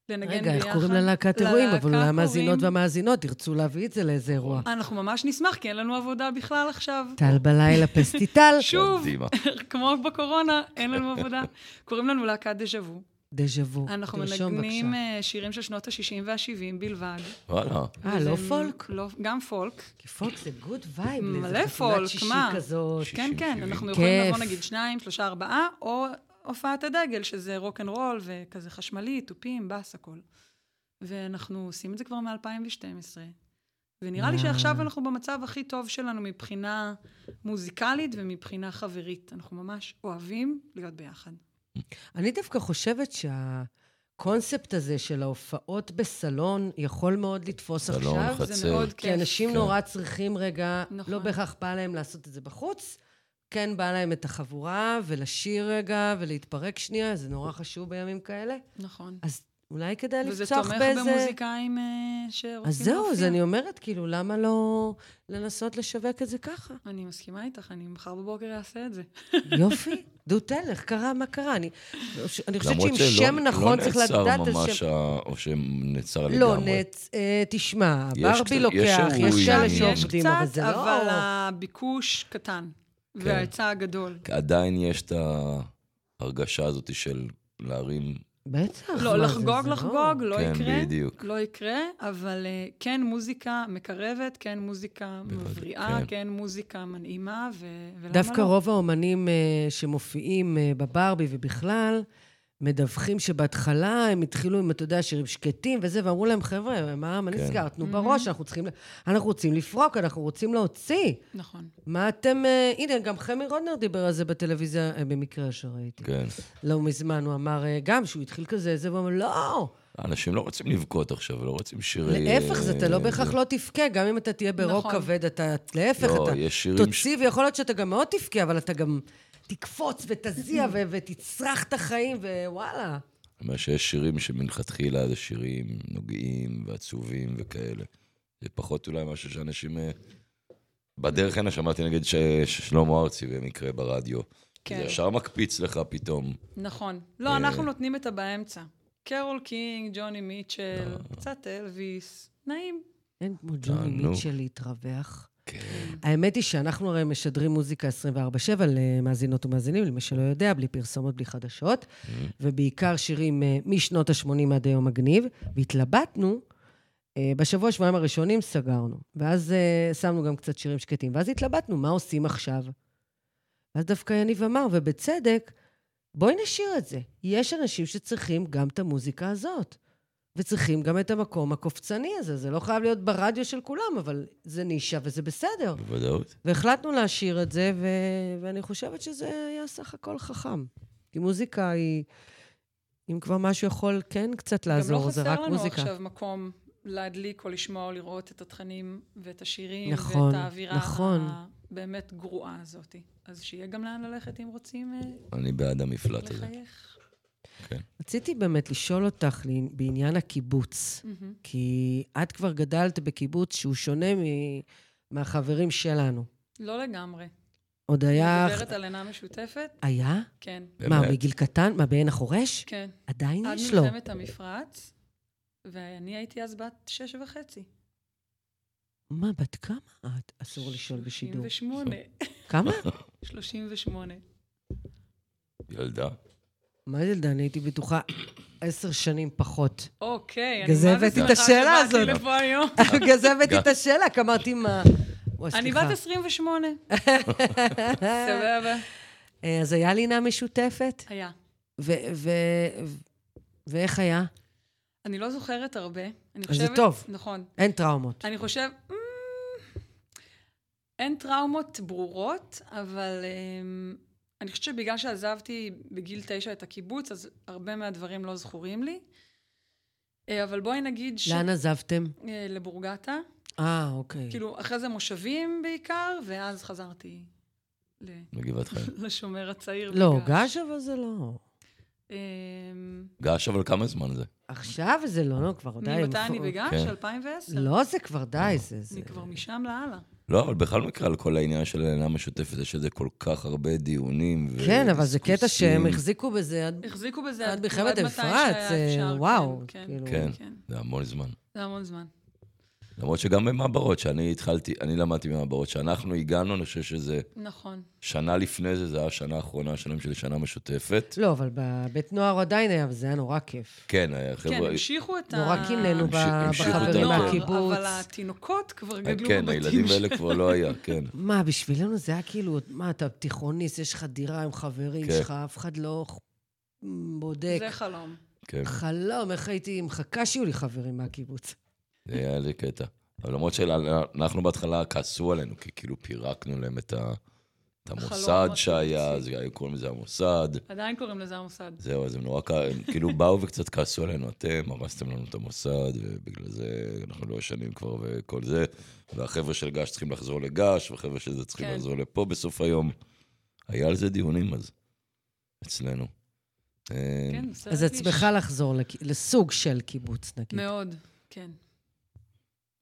[SPEAKER 6] לנגן ביחד.
[SPEAKER 3] רגע, איך קוראים ללהקת אירועים?
[SPEAKER 6] ללהקה
[SPEAKER 3] אבל אולי המאזינות
[SPEAKER 6] קוראים-
[SPEAKER 3] והמאזינות ירצו להביא את זה לאיזה אירוע.
[SPEAKER 6] אנחנו ממש נשמח, כי אין לנו עבודה בכלל עכשיו.
[SPEAKER 3] טל בלילה פסטיטל,
[SPEAKER 6] שוב,
[SPEAKER 2] קדימה.
[SPEAKER 6] כמו בקורונה, אין לנו עבודה. קוראים לנו להקת דז'ה וו.
[SPEAKER 3] דז'ה וו.
[SPEAKER 6] אנחנו
[SPEAKER 3] תרשום
[SPEAKER 6] מנגנים
[SPEAKER 3] בבקשה.
[SPEAKER 6] אה, שירים של שנות ה-60 וה-70 בלבד.
[SPEAKER 2] וואלה.
[SPEAKER 3] אה, לא
[SPEAKER 6] וזה
[SPEAKER 3] פולק?
[SPEAKER 6] לא, גם פולק.
[SPEAKER 3] כי פולק זה גוד וייב,
[SPEAKER 6] מלא
[SPEAKER 3] לאיזה
[SPEAKER 6] פולק,
[SPEAKER 3] חתונת שישי
[SPEAKER 6] מה?
[SPEAKER 3] כזאת.
[SPEAKER 2] שישי.
[SPEAKER 6] כן,
[SPEAKER 2] 60,
[SPEAKER 6] כן,
[SPEAKER 2] 70.
[SPEAKER 6] אנחנו יכולים לבוא
[SPEAKER 3] כיף.
[SPEAKER 6] נגיד שניים, שלושה, ארבעה, או הופעת הדגל, שזה רוק אנד רול וכזה חשמלי, תופים, בס, הכל. ואנחנו עושים את זה כבר מ-2012. ונראה לי
[SPEAKER 3] וואו.
[SPEAKER 6] שעכשיו אנחנו במצב הכי טוב שלנו מבחינה מוזיקלית ומבחינה חברית. אנחנו ממש אוהבים להיות ביחד.
[SPEAKER 3] אני דווקא חושבת שהקורונה הקונספט הזה של ההופעות בסלון יכול מאוד לתפוס
[SPEAKER 2] סלון,
[SPEAKER 3] עכשיו.
[SPEAKER 2] חצר.
[SPEAKER 6] זה מאוד
[SPEAKER 3] כי
[SPEAKER 6] כיף.
[SPEAKER 3] אנשים
[SPEAKER 2] כן.
[SPEAKER 3] נורא צריכים רגע,
[SPEAKER 6] נכון.
[SPEAKER 3] לא בהכרח בא להם לעשות את זה בחוץ, כן בא להם את החבורה, ולשיר רגע, ולהתפרק שנייה, זה נורא חשוב בימים כאלה.
[SPEAKER 6] נכון.
[SPEAKER 3] אז אולי כדאי
[SPEAKER 6] וזה
[SPEAKER 3] לפצוח
[SPEAKER 6] תומך
[SPEAKER 3] באיזה...
[SPEAKER 6] במוזיקאים אה, שרוצים להופיע.
[SPEAKER 3] אז זהו, אז אני אומרת, כאילו, למה לא לנסות לשווק את זה ככה?
[SPEAKER 6] אני מסכימה איתך, אני מחר בבוקר אעשה את זה.
[SPEAKER 3] יופי, דו תלך, קרה מה קרה. אני, אני חושבת
[SPEAKER 2] למרות
[SPEAKER 3] שעם
[SPEAKER 2] שלא-
[SPEAKER 3] שם נכון צריך לדעת
[SPEAKER 2] לא
[SPEAKER 3] איזה
[SPEAKER 2] נעצר ממש,
[SPEAKER 3] שם...
[SPEAKER 2] ה- או שנעצר לגמרי.
[SPEAKER 3] לא, נט, אה, תשמע,
[SPEAKER 2] יש
[SPEAKER 3] ברבי
[SPEAKER 2] קצת-
[SPEAKER 3] לוקח,
[SPEAKER 2] יש
[SPEAKER 3] יש כאלה
[SPEAKER 2] אירועים.
[SPEAKER 6] כן, יש
[SPEAKER 3] שעובדים, אבל
[SPEAKER 6] קצת,
[SPEAKER 3] זה לא... כן.
[SPEAKER 6] אבל הביקוש קטן, וההיצע הגדול.
[SPEAKER 2] עדיין יש את ההרגשה הזאת של להרים...
[SPEAKER 3] בטח.
[SPEAKER 6] לא,
[SPEAKER 3] מה זה,
[SPEAKER 6] לחגוג,
[SPEAKER 3] זה לא.
[SPEAKER 6] לחגוג, לא
[SPEAKER 2] כן,
[SPEAKER 6] יקרה.
[SPEAKER 2] בדיוק.
[SPEAKER 6] לא יקרה, אבל אה, כן מוזיקה מקרבת, כן מוזיקה
[SPEAKER 2] בוודאי,
[SPEAKER 6] מבריאה,
[SPEAKER 2] כן.
[SPEAKER 6] כן מוזיקה מנעימה, ו- ולמה
[SPEAKER 3] דווקא
[SPEAKER 6] לא?
[SPEAKER 3] רוב האומנים אה, שמופיעים אה, בברבי ובכלל, מדווחים שבהתחלה הם התחילו עם, אתה יודע, שירים שקטים וזה, ואמרו להם, חבר'ה, מה, מה
[SPEAKER 2] כן.
[SPEAKER 3] נסגר? תנו בראש, אנחנו צריכים, ל- אנחנו רוצים לפרוק, אנחנו רוצים להוציא.
[SPEAKER 6] נכון.
[SPEAKER 3] מה אתם... אה, הנה, גם חמי רודנר דיבר על זה בטלוויזיה, אה, במקרה שראיתי.
[SPEAKER 2] כן.
[SPEAKER 3] לא מזמן, הוא אמר אה, גם שהוא התחיל כזה, זה, והוא אמר, לא!
[SPEAKER 2] אנשים לא רוצים לבכות עכשיו, לא רוצים שירי...
[SPEAKER 3] להפך, זה אתה לא
[SPEAKER 2] אה,
[SPEAKER 3] בהכרח לא תבכה, גם אם אתה תהיה ברוק
[SPEAKER 6] נכון.
[SPEAKER 3] כבד, אתה... להפך,
[SPEAKER 2] לא,
[SPEAKER 3] אתה
[SPEAKER 2] יש שירים
[SPEAKER 3] תוציא, ויכול להיות שאתה גם מאוד תבכה, אבל אתה גם תקפוץ ותזיע ו- ותצרח את החיים, ווואלה.
[SPEAKER 2] מה שיש שירים שמלכתחילה זה שירים נוגעים ועצובים וכאלה. זה פחות אולי משהו שאנשים... אה, בדרך הנה שמעתי נגיד ש- ששלמה ארצי במקרה ברדיו.
[SPEAKER 6] כן.
[SPEAKER 2] כן. זה ישר אה. מקפיץ לך פתאום.
[SPEAKER 6] נכון. לא, אנחנו נותנים את הבאמצע. קרול קינג, ג'וני
[SPEAKER 2] לא,
[SPEAKER 6] מיטשל, קצת אלוויס, נעים.
[SPEAKER 3] אין כמו ג'וני
[SPEAKER 2] תענוג.
[SPEAKER 3] מיטשל להתרווח.
[SPEAKER 2] כן.
[SPEAKER 3] האמת היא שאנחנו הרי משדרים מוזיקה 24-7 למאזינות ומאזינים, למי שלא יודע, בלי פרסומות, בלי חדשות, ובעיקר שירים אה, משנות ה-80 עד היום מגניב, והתלבטנו, אה, בשבוע, שבועיים הראשונים סגרנו, ואז אה, שמנו גם קצת שירים שקטים, ואז התלבטנו, מה עושים עכשיו? אז דווקא יניב אמר, ובצדק, בואי נשאיר את זה. יש אנשים שצריכים גם את המוזיקה הזאת. וצריכים גם את המקום הקופצני הזה. זה לא חייב להיות ברדיו של כולם, אבל זה נישה וזה בסדר.
[SPEAKER 2] בוודאות.
[SPEAKER 3] והחלטנו להשאיר את זה, ו... ואני חושבת שזה היה סך הכל חכם. כי מוזיקה היא... אם כבר משהו יכול כן קצת
[SPEAKER 6] גם לא
[SPEAKER 3] לעזור, זה
[SPEAKER 6] חסר
[SPEAKER 3] רק
[SPEAKER 6] לנו
[SPEAKER 3] מוזיקה.
[SPEAKER 6] עכשיו מקום להדליק או לשמוע או לראות את התכנים ואת השירים,
[SPEAKER 3] נכון,
[SPEAKER 6] ואת האווירה
[SPEAKER 3] נכון.
[SPEAKER 6] הבאמת גרועה הזאת. אז שיהיה גם לאן ללכת אם רוצים אה,
[SPEAKER 2] אני בעד המפלט הזה.
[SPEAKER 6] לחייך.
[SPEAKER 3] רציתי באמת לשאול אותך לעני- בעניין הקיבוץ, כי את כבר גדלת בקיבוץ שהוא שונה מ... מהחברים שלנו.
[SPEAKER 6] לא לגמרי.
[SPEAKER 3] עוד היה...
[SPEAKER 6] אני מדברת על עינה משותפת,
[SPEAKER 3] היה?
[SPEAKER 6] כן.
[SPEAKER 3] מה,
[SPEAKER 2] באמת.
[SPEAKER 3] מגיל קטן? מה, בעין החורש?
[SPEAKER 6] כן.
[SPEAKER 3] עדיין
[SPEAKER 6] עד
[SPEAKER 3] יש לו.
[SPEAKER 6] מלחמת המפרץ, ואני הייתי אז בת שש וחצי.
[SPEAKER 3] מה, בת כמה את? אסור לשאול בשידור.
[SPEAKER 6] 38.
[SPEAKER 3] כמה?
[SPEAKER 6] 38.
[SPEAKER 2] ילדה.
[SPEAKER 3] מה זה, ילדה? אני הייתי בטוחה עשר שנים פחות.
[SPEAKER 6] אוקיי,
[SPEAKER 3] בגלל זה
[SPEAKER 6] אני מה זה
[SPEAKER 3] הבאתי את
[SPEAKER 6] שמחה
[SPEAKER 3] השאלה הזאת.
[SPEAKER 6] שבאתי לפה היום.
[SPEAKER 3] בגלל זה הבאתי את השאלה, כי אמרתי מה... וואי,
[SPEAKER 6] אני
[SPEAKER 3] סליחה.
[SPEAKER 6] בת 28. סבבה.
[SPEAKER 3] אה, אז היה לינה משותפת,
[SPEAKER 6] היה.
[SPEAKER 3] ו- ו- ו- ואיך היה?
[SPEAKER 6] אני לא זוכרת הרבה. אני
[SPEAKER 3] אז זה
[SPEAKER 6] חושבת...
[SPEAKER 3] טוב.
[SPEAKER 6] נכון.
[SPEAKER 3] אין טראומות.
[SPEAKER 6] אני חושב... אמ, אין טראומות ברורות, אבל אמ, אני חושבת שבגלל שעזבתי בגיל תשע את הקיבוץ, אז הרבה מהדברים לא זכורים לי. אה, אבל בואי נגיד ש...
[SPEAKER 3] לאן עזבתם?
[SPEAKER 6] אה, לבורגטה.
[SPEAKER 3] אה, אוקיי.
[SPEAKER 6] כאילו, אחרי זה מושבים בעיקר, ואז חזרתי ל-
[SPEAKER 2] בגבעת חיים.
[SPEAKER 6] לשומר הצעיר.
[SPEAKER 3] לא,
[SPEAKER 6] בגש.
[SPEAKER 3] גש אבל זה לא...
[SPEAKER 6] אמ,
[SPEAKER 2] געש, אבל כמה זמן זה?
[SPEAKER 3] עכשיו זה לא, לא, כבר די. הם
[SPEAKER 6] ממתי אני
[SPEAKER 3] פ-
[SPEAKER 6] בגש?
[SPEAKER 2] כן.
[SPEAKER 6] 2010.
[SPEAKER 3] לא, זה כבר די, זה... זה-
[SPEAKER 6] אני כבר משם להלאה.
[SPEAKER 2] לא, אבל בכל מקרה, על כל העניין של הלינה המשותפת, יש איזה כל כך הרבה דיונים. ו-
[SPEAKER 3] כן, אבל זה קטע שהם
[SPEAKER 2] דיסקוסים.
[SPEAKER 3] החזיקו בזה עד...
[SPEAKER 6] החזיקו בזה
[SPEAKER 3] עד מלחמת
[SPEAKER 6] עד מתי
[SPEAKER 3] המפרץ,
[SPEAKER 6] שהיה
[SPEAKER 3] אה,
[SPEAKER 6] אפשר,
[SPEAKER 3] וואו,
[SPEAKER 6] כן,
[SPEAKER 3] כאילו.
[SPEAKER 2] כן,
[SPEAKER 6] כן, כן.
[SPEAKER 2] זה המון זמן.
[SPEAKER 6] זה המון זמן.
[SPEAKER 2] למרות שגם במעברות, שאני התחלתי, אני למדתי במעברות, שאנחנו הגענו, אני חושב שזה
[SPEAKER 6] נכון.
[SPEAKER 2] שנה לפני זה, זה היה השנה האחרונה שלהם של שנה משותפת.
[SPEAKER 3] לא, אבל בבית נוער עדיין היה, וזה היה נורא כיף.
[SPEAKER 2] כן, היה
[SPEAKER 6] כן,
[SPEAKER 2] חבר'ה...
[SPEAKER 6] המשיכו את ה... לא,
[SPEAKER 3] נורא קינאנו ב-
[SPEAKER 2] המשיכו את
[SPEAKER 3] בחברים
[SPEAKER 2] הנוער,
[SPEAKER 3] מהקיבוץ.
[SPEAKER 6] אבל התינוקות כבר גדלו
[SPEAKER 2] כן,
[SPEAKER 6] בבתים
[SPEAKER 2] הילדים
[SPEAKER 6] שלהם.
[SPEAKER 2] האלה כבר לא היה, כן.
[SPEAKER 3] מה, בשבילנו זה היה כאילו, מה, אתה תיכוניסט, יש לך דירה עם חברים
[SPEAKER 2] כן.
[SPEAKER 3] שלך, אף אחד לא ח- בודק.
[SPEAKER 6] זה חלום.
[SPEAKER 2] כן,
[SPEAKER 3] חלום, איך הייתי מחכה שיהיו לי חברים מהקיבוץ.
[SPEAKER 2] זה היה איזה קטע. אבל למרות שאנחנו בהתחלה כעסו עלינו, כי כאילו פירקנו להם את ה... את
[SPEAKER 6] החלום
[SPEAKER 2] המוסד
[SPEAKER 6] הקיבוצי.
[SPEAKER 2] שהיה, אז היו קוראים לזה המוסד.
[SPEAKER 6] עדיין קוראים לזה המוסד.
[SPEAKER 2] זהו, אז הם נורא כ... הם כאילו באו וקצת כעסו עלינו, אתם הרסתם לנו את המוסד, ובגלל זה אנחנו לא ישנים כבר וכל זה. והחבר'ה של גש צריכים לחזור לגש, והחבר'ה של זה צריכים
[SPEAKER 6] כן.
[SPEAKER 2] לחזור לפה בסוף היום. היה על זה דיונים אז, אצלנו. אה,
[SPEAKER 6] כן, בסדר.
[SPEAKER 3] אז את שמחה לחזור לק- לסוג של קיבוץ, נגיד.
[SPEAKER 6] מאוד, כן.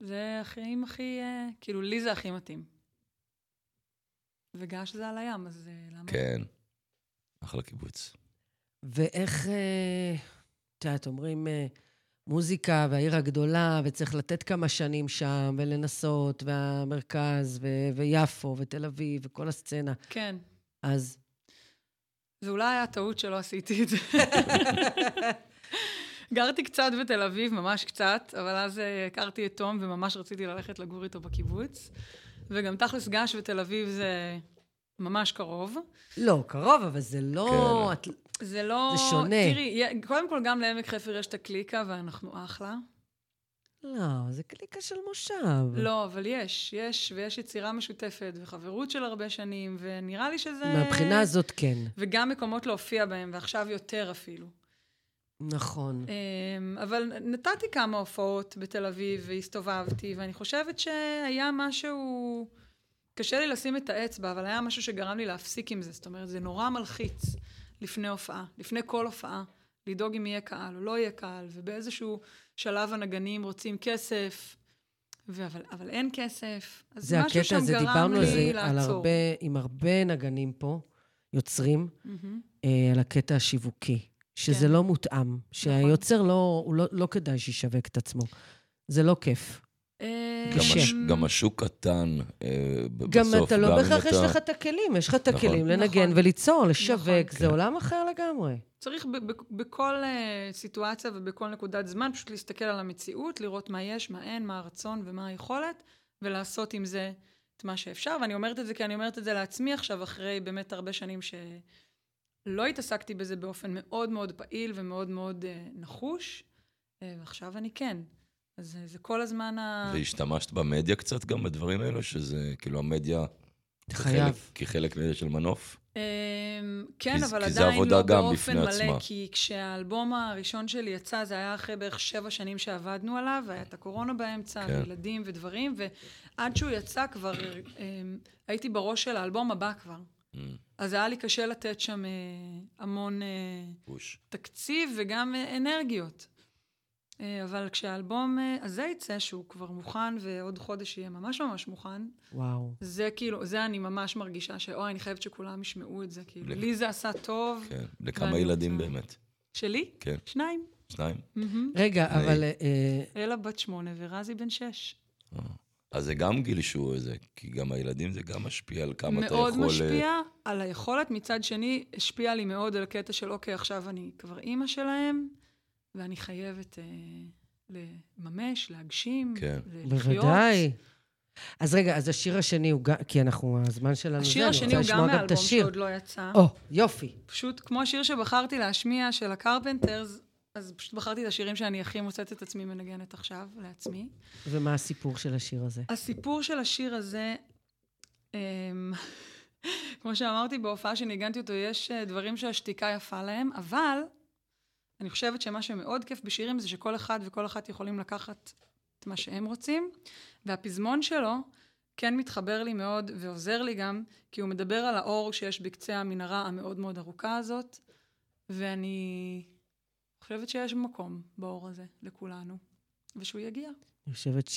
[SPEAKER 6] זה החיים הכי, אה, כאילו, לי זה הכי מתאים. וגעש זה על הים, אז אה, למה?
[SPEAKER 2] כן. אחלה קיבוץ.
[SPEAKER 3] ואיך, אה, את יודעת, אומרים, אה, מוזיקה והעיר הגדולה, וצריך לתת כמה שנים שם, ולנסות, והמרכז, ו- ויפו, ותל אביב, וכל הסצנה.
[SPEAKER 6] כן.
[SPEAKER 3] אז
[SPEAKER 6] זה אולי היה טעות שלא עשיתי את זה. גרתי קצת בתל אביב, ממש קצת, אבל אז אה, הכרתי את תום וממש רציתי ללכת לגור איתו בקיבוץ. וגם תכלס געש ותל אביב זה ממש קרוב.
[SPEAKER 3] לא, קרוב, אבל זה לא... את...
[SPEAKER 6] זה לא...
[SPEAKER 3] זה שונה.
[SPEAKER 6] תראי, י- קודם כל גם לעמק חפר יש את הקליקה ואנחנו אחלה.
[SPEAKER 3] לא, זה קליקה של מושב.
[SPEAKER 6] לא, אבל יש, יש, ויש יצירה משותפת וחברות של הרבה שנים, ונראה לי שזה...
[SPEAKER 3] מהבחינה הזאת כן.
[SPEAKER 6] וגם מקומות להופיע בהם, ועכשיו יותר אפילו.
[SPEAKER 3] נכון.
[SPEAKER 6] אמ, אבל נתתי כמה הופעות בתל אביב והסתובבתי, ואני חושבת שהיה משהו... קשה לי לשים את האצבע, אבל היה משהו שגרם לי להפסיק עם זה. זאת אומרת, זה נורא מלחיץ לפני הופעה, לפני כל הופעה, לדאוג אם יהיה קהל או לא יהיה קהל, ובאיזשהו שלב הנגנים רוצים כסף, ו- אבל, אבל אין כסף. אז
[SPEAKER 3] זה
[SPEAKER 6] משהו
[SPEAKER 3] הקטע
[SPEAKER 6] שם
[SPEAKER 3] הזה,
[SPEAKER 6] גרם
[SPEAKER 3] דיברנו על
[SPEAKER 6] לי
[SPEAKER 3] זה על
[SPEAKER 6] לעצור.
[SPEAKER 3] הרבה, עם הרבה נגנים פה, יוצרים,
[SPEAKER 6] מהמם.
[SPEAKER 3] אה, על הקטע השיווקי, שזה
[SPEAKER 6] כן.
[SPEAKER 3] לא מותאם, שהיוצר לא, הוא לא, לא כדאי שישווק את עצמו. זה לא כיף.
[SPEAKER 6] אה,
[SPEAKER 2] גם הש-
[SPEAKER 6] אמ,
[SPEAKER 2] גם השוק קטן אה, ב-
[SPEAKER 3] גם
[SPEAKER 2] בסוף.
[SPEAKER 3] אתה לא
[SPEAKER 2] אם
[SPEAKER 3] בהכרח יש
[SPEAKER 2] אתה-
[SPEAKER 3] לך את הכלים, יש לך את
[SPEAKER 2] נכון. כן.
[SPEAKER 3] הכלים לנגן
[SPEAKER 6] נכון.
[SPEAKER 3] וליצור, לשווק,
[SPEAKER 6] נכון.
[SPEAKER 3] זה עולם אחר לגמרי.
[SPEAKER 6] צריך ב- ב- בכל אה, סיטואציה ובכל נקודת זמן פשוט להסתכל על המציאות, לראות מה יש, מה אין, מה הרצון ומה היכולת, ולעשות עם זה את מה שאפשר. ואני אומרת את זה כי אני אומרת את זה לעצמי עכשיו, אחרי באמת הרבה שנים שלא התעסקתי בזה באופן מאוד מאוד פעיל ומאוד מאוד אה, נחוש, אה, ועכשיו אני כן. אז אה, זה כל הזמן ה...
[SPEAKER 2] והשתמשת במדיה קצת גם בדברים האלו, שזה כאילו המדיה... כחלק-
[SPEAKER 3] חייב.
[SPEAKER 2] כחלק מאלה של מנוף?
[SPEAKER 6] אמ, כן,
[SPEAKER 2] כי-
[SPEAKER 6] אבל
[SPEAKER 2] כי זה
[SPEAKER 6] עדיין
[SPEAKER 2] עבודה
[SPEAKER 6] לא
[SPEAKER 2] גם
[SPEAKER 6] באופן
[SPEAKER 2] בפני
[SPEAKER 6] מלא,
[SPEAKER 2] עצמה.
[SPEAKER 6] כי כשהאלבום הראשון שלי יצא, זה היה אחרי בערך שבע שנים שעבדנו עליו, והיה את הקורונה באמצע,
[SPEAKER 2] כן.
[SPEAKER 6] וילדים ודברים, ועד שהוא יצא כבר אמ, הייתי בראש של האלבום הבא כבר.
[SPEAKER 2] Mm.
[SPEAKER 6] אז היה לי קשה לתת שם אה, המון אה,
[SPEAKER 2] פוש.
[SPEAKER 6] תקציב וגם אה, אנרגיות. אה, אבל כשהאלבום אה, הזה יצא, שהוא כבר מוכן, ועוד חודש יהיה ממש ממש מוכן,
[SPEAKER 3] וואו.
[SPEAKER 6] זה כאילו, זה אני ממש מרגישה שאוי, אני חייבת שכולם ישמעו את זה, כאילו.
[SPEAKER 2] לק-
[SPEAKER 6] לי זה עשה טוב.
[SPEAKER 2] כן. לכמה
[SPEAKER 6] ואני
[SPEAKER 2] ילדים
[SPEAKER 6] רוצה-
[SPEAKER 2] באמת?
[SPEAKER 6] שלי?
[SPEAKER 2] כן.
[SPEAKER 6] שניים.
[SPEAKER 2] שניים?
[SPEAKER 3] רגע, אבל אה, אה,
[SPEAKER 6] אלה בת שמונה ורזי בן שש.
[SPEAKER 2] אז זה גם גיל שהוא איזה, כי גם הילדים זה גם משפיע על כמה אתה יכול...
[SPEAKER 6] מאוד משפיע
[SPEAKER 2] אה,
[SPEAKER 6] על היכולת. מצד שני, השפיע לי מאוד על הקטע של, אוקיי, עכשיו אני כבר אימא שלהם, ואני חייבת אה, לממש, להגשים,
[SPEAKER 2] כן.
[SPEAKER 6] ל- לחיות.
[SPEAKER 3] בוודאי. אז רגע, אז השיר השני הוא גם, כי אנחנו, הזמן שלנו זה,
[SPEAKER 6] השיר
[SPEAKER 3] אני
[SPEAKER 6] השני
[SPEAKER 3] רוצה
[SPEAKER 6] הוא גם
[SPEAKER 3] לשמוע גם את
[SPEAKER 6] מהאלבום
[SPEAKER 3] השיר.
[SPEAKER 6] שעוד לא יצא.
[SPEAKER 3] או, אה, יופי.
[SPEAKER 6] פשוט, כמו השיר שבחרתי להשמיע, של הקרפנטרס, אז פשוט בחרתי את השירים שאני הכי מוצאת את עצמי מנגנת עכשיו, לעצמי.
[SPEAKER 3] ומה הסיפור של השיר הזה?
[SPEAKER 6] הסיפור של השיר הזה, אמ, כמו שאמרתי בהופעה שניגנתי אותו, יש אה, דברים שהשתיקה יפה להם, אבל אני חושבת שמה שמאוד כיף בשירים זה שכל אחד וכל אחת יכולים לקחת את מה שהם רוצים, והפזמון שלו כן מתחבר לי מאוד ועוזר לי גם, כי הוא מדבר על האור שיש בקצה המנהרה המאוד מאוד ארוכה הזאת, ואני חושבת שיש מקום באור הזה לכולנו, ושהוא יגיע.
[SPEAKER 3] אני חושבת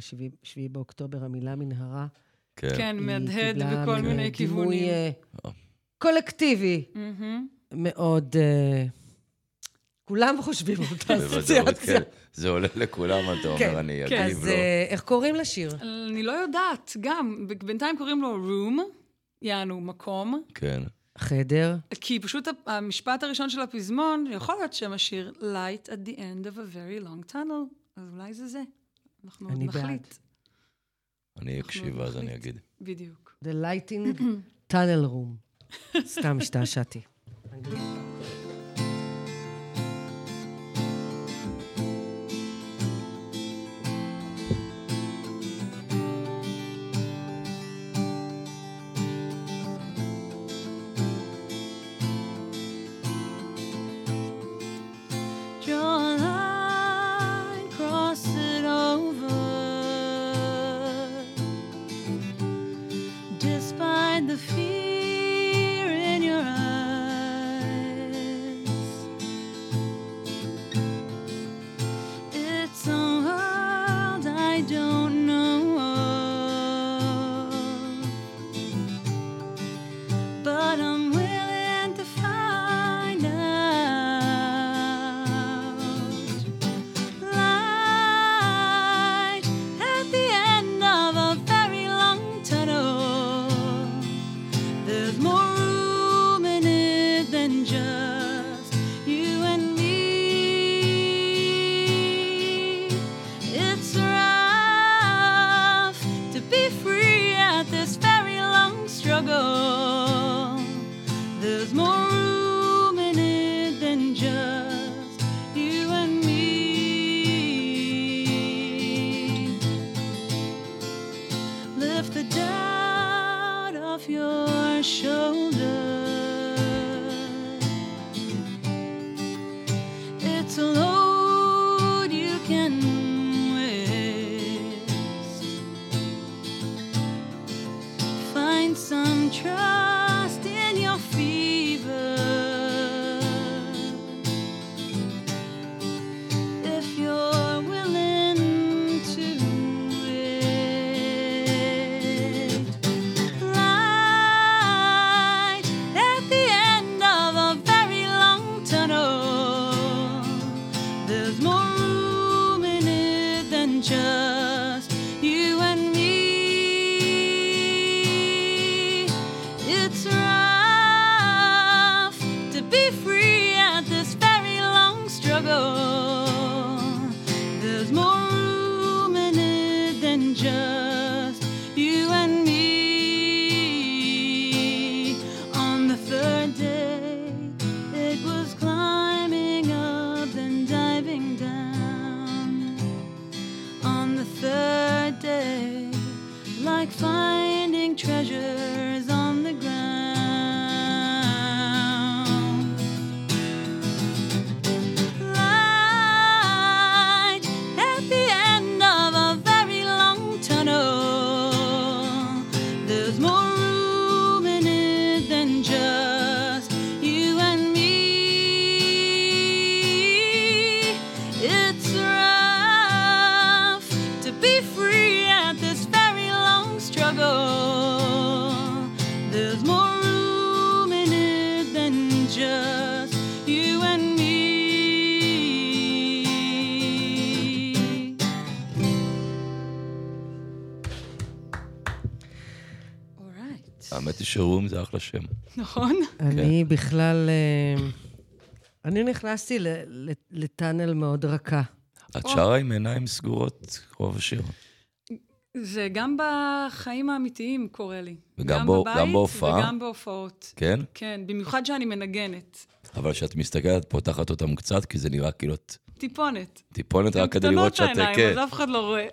[SPEAKER 3] שמה-7 באוקטובר המילה מנהרה,
[SPEAKER 2] כן.
[SPEAKER 6] כן,
[SPEAKER 3] היא
[SPEAKER 6] מהדהד
[SPEAKER 3] קיבלה
[SPEAKER 6] בכל
[SPEAKER 3] מין, אה,
[SPEAKER 6] מיני
[SPEAKER 3] דימוי
[SPEAKER 6] כיוונים.
[SPEAKER 3] אה,
[SPEAKER 2] אה.
[SPEAKER 3] קולקטיבי
[SPEAKER 6] מהמם.
[SPEAKER 3] מאוד... אה, כולם חושבים אותה
[SPEAKER 2] בוודאות,
[SPEAKER 3] אסוציאציה.
[SPEAKER 2] כן. לא. זה עולה לכולם, אתה
[SPEAKER 3] כן,
[SPEAKER 2] אומר, אני
[SPEAKER 6] כן,
[SPEAKER 2] אגיב
[SPEAKER 3] אז
[SPEAKER 2] לו.
[SPEAKER 3] אה, איך קוראים לשיר?
[SPEAKER 6] אני לא יודעת, גם, ב- בינתיים קוראים לו room, יענו מקום,
[SPEAKER 2] כן.
[SPEAKER 3] חדר.
[SPEAKER 6] כי פשוט ה- המשפט הראשון של הפזמון, יכול להיות שם השיר light at the end of a very long tunnel, אז אולי זה זה. אנחנו עוד
[SPEAKER 3] אני בעד.
[SPEAKER 6] נחליט.
[SPEAKER 2] אני אקשיב ואז אני
[SPEAKER 6] נחליט.
[SPEAKER 2] אגיד.
[SPEAKER 6] בדיוק.
[SPEAKER 3] The Lighting Tunnel Room. סתם השתעשעתי.
[SPEAKER 5] just you and me. It's rough to be free at this very long struggle. There's more room in it than just you and me. On the third day, it was climbing up and diving down. On the third day, like finding treasures on the ground light at the end of a very long tunnel. There's more room in it than just you and me. It's rough to be free at this very long struggle. There's more room in it than just you and me. Alright.
[SPEAKER 2] האמת היא שרום זה אחלה שם.
[SPEAKER 5] נכון?
[SPEAKER 2] כן.
[SPEAKER 3] אני בכלל... אה, אני נכנסתי ל- ל- לטאנל מאוד רכה.
[SPEAKER 2] את שרה עם עיניים סגורות, רוב השיר.
[SPEAKER 6] זה גם בחיים האמיתיים קורה לי.
[SPEAKER 2] וגם
[SPEAKER 6] גם
[SPEAKER 2] בא-
[SPEAKER 6] בבית
[SPEAKER 2] גם בהופעה?
[SPEAKER 6] וגם בהופעות.
[SPEAKER 2] כן?
[SPEAKER 6] כן, במיוחד שאני מנגנת.
[SPEAKER 2] אבל כשאת מסתכלת, את פותחת אותם קצת, כי זה נראה כאילו את
[SPEAKER 6] טיפונת.
[SPEAKER 2] טיפונת
[SPEAKER 6] גם
[SPEAKER 2] רק כדי לראות
[SPEAKER 6] קטנות
[SPEAKER 2] שאת...
[SPEAKER 6] העיניים,
[SPEAKER 2] כן,
[SPEAKER 6] אז אף אחד לא רואה.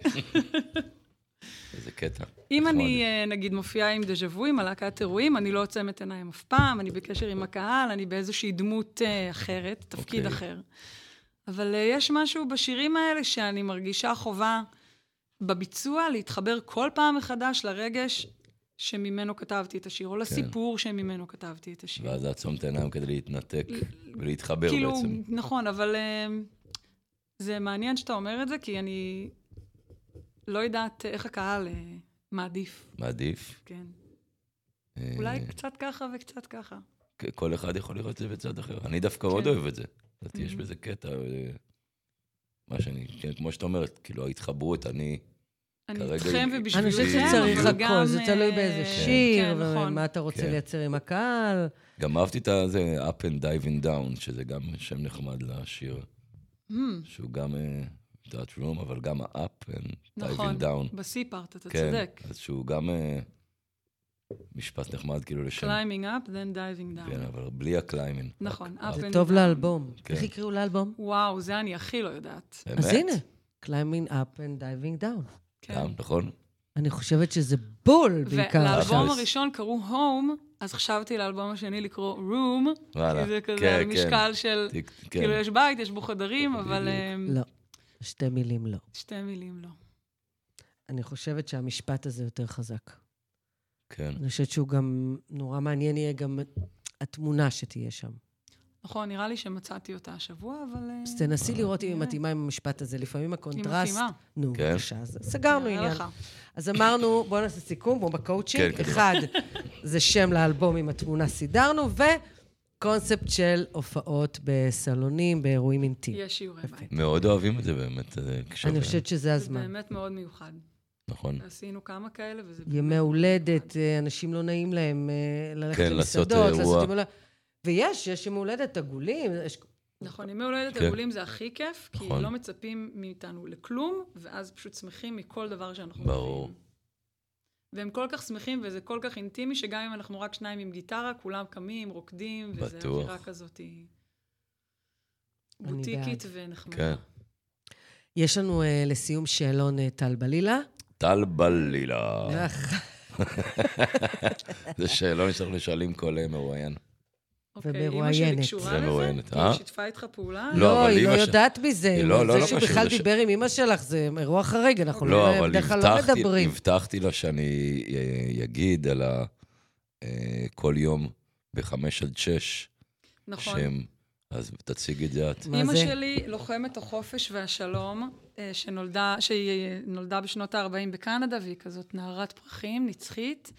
[SPEAKER 2] איזה קטע. נכון.
[SPEAKER 6] אם
[SPEAKER 2] נחמד.
[SPEAKER 6] אני, אה, נגיד, מופיעה עם דז'ה וו, עם הלהקת אירועים, אני לא עוצמת עיניים אף פעם, אני בקשר עם הקהל, אני באיזושהי דמות אה, אחרת, תפקיד
[SPEAKER 2] אוקיי.
[SPEAKER 6] אחר. אבל אה, יש משהו בשירים האלה שאני מרגישה חובה בביצוע להתחבר כל פעם מחדש לרגש שממנו כתבתי את השיר, או לסיפור שממנו כתבתי את השיר.
[SPEAKER 2] כן. ואז את צומת עיניים כדי להתנתק ולהתחבר
[SPEAKER 6] אה, כאילו,
[SPEAKER 2] בעצם.
[SPEAKER 6] נכון, אבל אה, זה מעניין שאתה אומר את זה, כי אני לא יודעת איך הקהל אה, מעדיף,
[SPEAKER 2] מעדיף.
[SPEAKER 6] כן.
[SPEAKER 2] אה,
[SPEAKER 6] אולי קצת ככה וקצת ככה.
[SPEAKER 2] כ- כל אחד יכול לראות את זה בצד אחר. אני דווקא
[SPEAKER 6] כן.
[SPEAKER 2] מאוד אוהב את זה. לדעתי
[SPEAKER 6] Mm-hmm.
[SPEAKER 2] יש בזה קטע, אה, מה שאני, כן, כמו שאת אומרת, כאילו ההתחברות, אני...
[SPEAKER 6] אני
[SPEAKER 2] כרגע
[SPEAKER 6] איתכם
[SPEAKER 2] היא-
[SPEAKER 6] ובשבילכם,
[SPEAKER 3] אני חושבת
[SPEAKER 2] בשבילי-
[SPEAKER 3] שצריך
[SPEAKER 6] אבל
[SPEAKER 3] הכל,
[SPEAKER 6] כן, גם,
[SPEAKER 3] זה תלוי
[SPEAKER 6] אה,
[SPEAKER 3] באיזה
[SPEAKER 6] כן,
[SPEAKER 3] שיר,
[SPEAKER 6] נכון.
[SPEAKER 3] ומה אתה רוצה
[SPEAKER 2] כן.
[SPEAKER 3] לייצר עם הקהל.
[SPEAKER 2] גם אהבתי את הזה, up and diving down, שזה גם שם נחמד לשיר,
[SPEAKER 6] אמ,
[SPEAKER 2] שהוא גם אה, דעת room, אבל גם ה-up and
[SPEAKER 6] נכון,
[SPEAKER 2] diving down.
[SPEAKER 6] בסי-פארט, אתה
[SPEAKER 2] כן,
[SPEAKER 6] צודק.
[SPEAKER 2] אז שהוא גם אה, משפט נחמד כאילו לשם.
[SPEAKER 6] Climbing up, then diving
[SPEAKER 2] כן,
[SPEAKER 6] down.
[SPEAKER 2] אבל בלי הקליימינג.
[SPEAKER 6] נכון, up
[SPEAKER 3] זה
[SPEAKER 6] and
[SPEAKER 3] טוב
[SPEAKER 6] down.
[SPEAKER 3] לאלבום.
[SPEAKER 2] כן.
[SPEAKER 3] איך יקראו לאלבום?
[SPEAKER 6] וואו, זה אני הכי לא יודעת.
[SPEAKER 2] באמת?
[SPEAKER 3] אז הנה, climbing up and diving down.
[SPEAKER 6] כן.
[SPEAKER 2] גם, נכון?
[SPEAKER 3] אני חושבת שזה בול בעיקר
[SPEAKER 6] ולאלבום
[SPEAKER 2] עכשיו.
[SPEAKER 6] הראשון קראו Home, אז חשבתי לאלבום השני לקרוא Room,
[SPEAKER 2] וואלה,
[SPEAKER 6] כי זה כזה
[SPEAKER 2] כן,
[SPEAKER 6] על
[SPEAKER 2] כן.
[SPEAKER 6] משקל של,
[SPEAKER 2] תיק- כן.
[SPEAKER 6] כאילו יש בית, יש בו חדרים, אבל אמ,
[SPEAKER 3] לא, שתי מילים לא.
[SPEAKER 6] שתי מילים לא.
[SPEAKER 3] אני חושבת שהמשפט הזה יותר חזק.
[SPEAKER 2] כן.
[SPEAKER 3] אני חושבת שהוא גם, נורא מעניין יהיה גם התמונה שתהיה שם.
[SPEAKER 6] נכון, נראה לי שמצאתי אותה השבוע, אבל... אה,
[SPEAKER 3] אז תנסי לראות אם היא
[SPEAKER 6] נראה.
[SPEAKER 3] מתאימה עם המשפט הזה. לפעמים הקונטרסט...
[SPEAKER 6] מתאימה.
[SPEAKER 3] נו,
[SPEAKER 2] כן.
[SPEAKER 3] בבקשה, אז סגרנו
[SPEAKER 6] נראה
[SPEAKER 3] עניין.
[SPEAKER 6] לך.
[SPEAKER 3] אז אמרנו, בואו נעשה סיכום, כמו בקואוצ'ינג.
[SPEAKER 2] כן, קדימה.
[SPEAKER 3] אחד, זה שם לאלבום עם התמונה סידרנו, וקונספט של הופעות בסלונים, באירועים אינטימיים.
[SPEAKER 6] יש שיעורי בית.
[SPEAKER 2] מאוד אוהבים את זה באמת, אה, כשווה.
[SPEAKER 3] אני חושבת שזה
[SPEAKER 6] זה
[SPEAKER 3] הזמן.
[SPEAKER 6] באמת מאוד מיוחד.
[SPEAKER 2] נכון.
[SPEAKER 6] עשינו כמה כאלה, וזה...
[SPEAKER 3] ימי הולדת, אה, אנשים לא נעים להם אה, ללכת
[SPEAKER 2] כן, לעשות,
[SPEAKER 3] למסעדות,
[SPEAKER 2] אה,
[SPEAKER 3] לעשות
[SPEAKER 2] אירוע.
[SPEAKER 3] ימי הולדת. ויש, יש ימי הולדת עגולים. יש-
[SPEAKER 6] נכון, ימי הולדת
[SPEAKER 2] כן.
[SPEAKER 6] עגולים זה הכי כיף, כי
[SPEAKER 2] נכון.
[SPEAKER 6] לא מצפים מאיתנו לכלום, ואז פשוט שמחים מכל דבר שאנחנו
[SPEAKER 2] ברור.
[SPEAKER 6] מביאים. והם כל כך שמחים, וזה כל כך אינטימי, שגם אם אנחנו רק שניים עם גיטרה, כולם קמים, רוקדים, וזה
[SPEAKER 2] בטוח.
[SPEAKER 6] אווירה כזאת בוטיקית ונחמדה.
[SPEAKER 2] כן.
[SPEAKER 3] יש לנו אה, לסיום שאלון אה, טל בלילה.
[SPEAKER 2] טל בלילה.
[SPEAKER 6] אה.
[SPEAKER 3] ואח-
[SPEAKER 2] זה שאלון שאנחנו שואלים כל אה, מרואיין.
[SPEAKER 6] אוקיי, אימא
[SPEAKER 3] ומרואיינת.
[SPEAKER 6] שלי קשורה
[SPEAKER 2] זה
[SPEAKER 6] לזה?
[SPEAKER 2] מרואיינת,
[SPEAKER 6] כי
[SPEAKER 2] אה?
[SPEAKER 6] היא שיתפה איתך פעולה?
[SPEAKER 2] לא,
[SPEAKER 3] לא,
[SPEAKER 2] אבל
[SPEAKER 3] היא לא
[SPEAKER 2] אימא ש-
[SPEAKER 3] יודעת מזה.
[SPEAKER 2] היא לא- לא- לא
[SPEAKER 3] זה
[SPEAKER 2] קשור,
[SPEAKER 3] שבכלל
[SPEAKER 2] זה ש-
[SPEAKER 3] דיבר עם אימא שלך זה אירוע חריג, אנחנו
[SPEAKER 2] לא, אבל
[SPEAKER 3] בדרך כלל לא
[SPEAKER 2] הבטחתי-
[SPEAKER 3] מדברים.
[SPEAKER 2] הבטחתי לה שאני אה, אגיד על ה... אה, כל יום בחמש עד שש,
[SPEAKER 6] נכון.
[SPEAKER 2] שם, אז תציג את זה את.
[SPEAKER 3] מה
[SPEAKER 6] אימא
[SPEAKER 3] זה?
[SPEAKER 6] שלי לוחמת החופש והשלום, אה, שנולדה, שהיא אה, נולדה בשנות ה-40 בקנדה, והיא כזאת נערת פרחים, נצחית.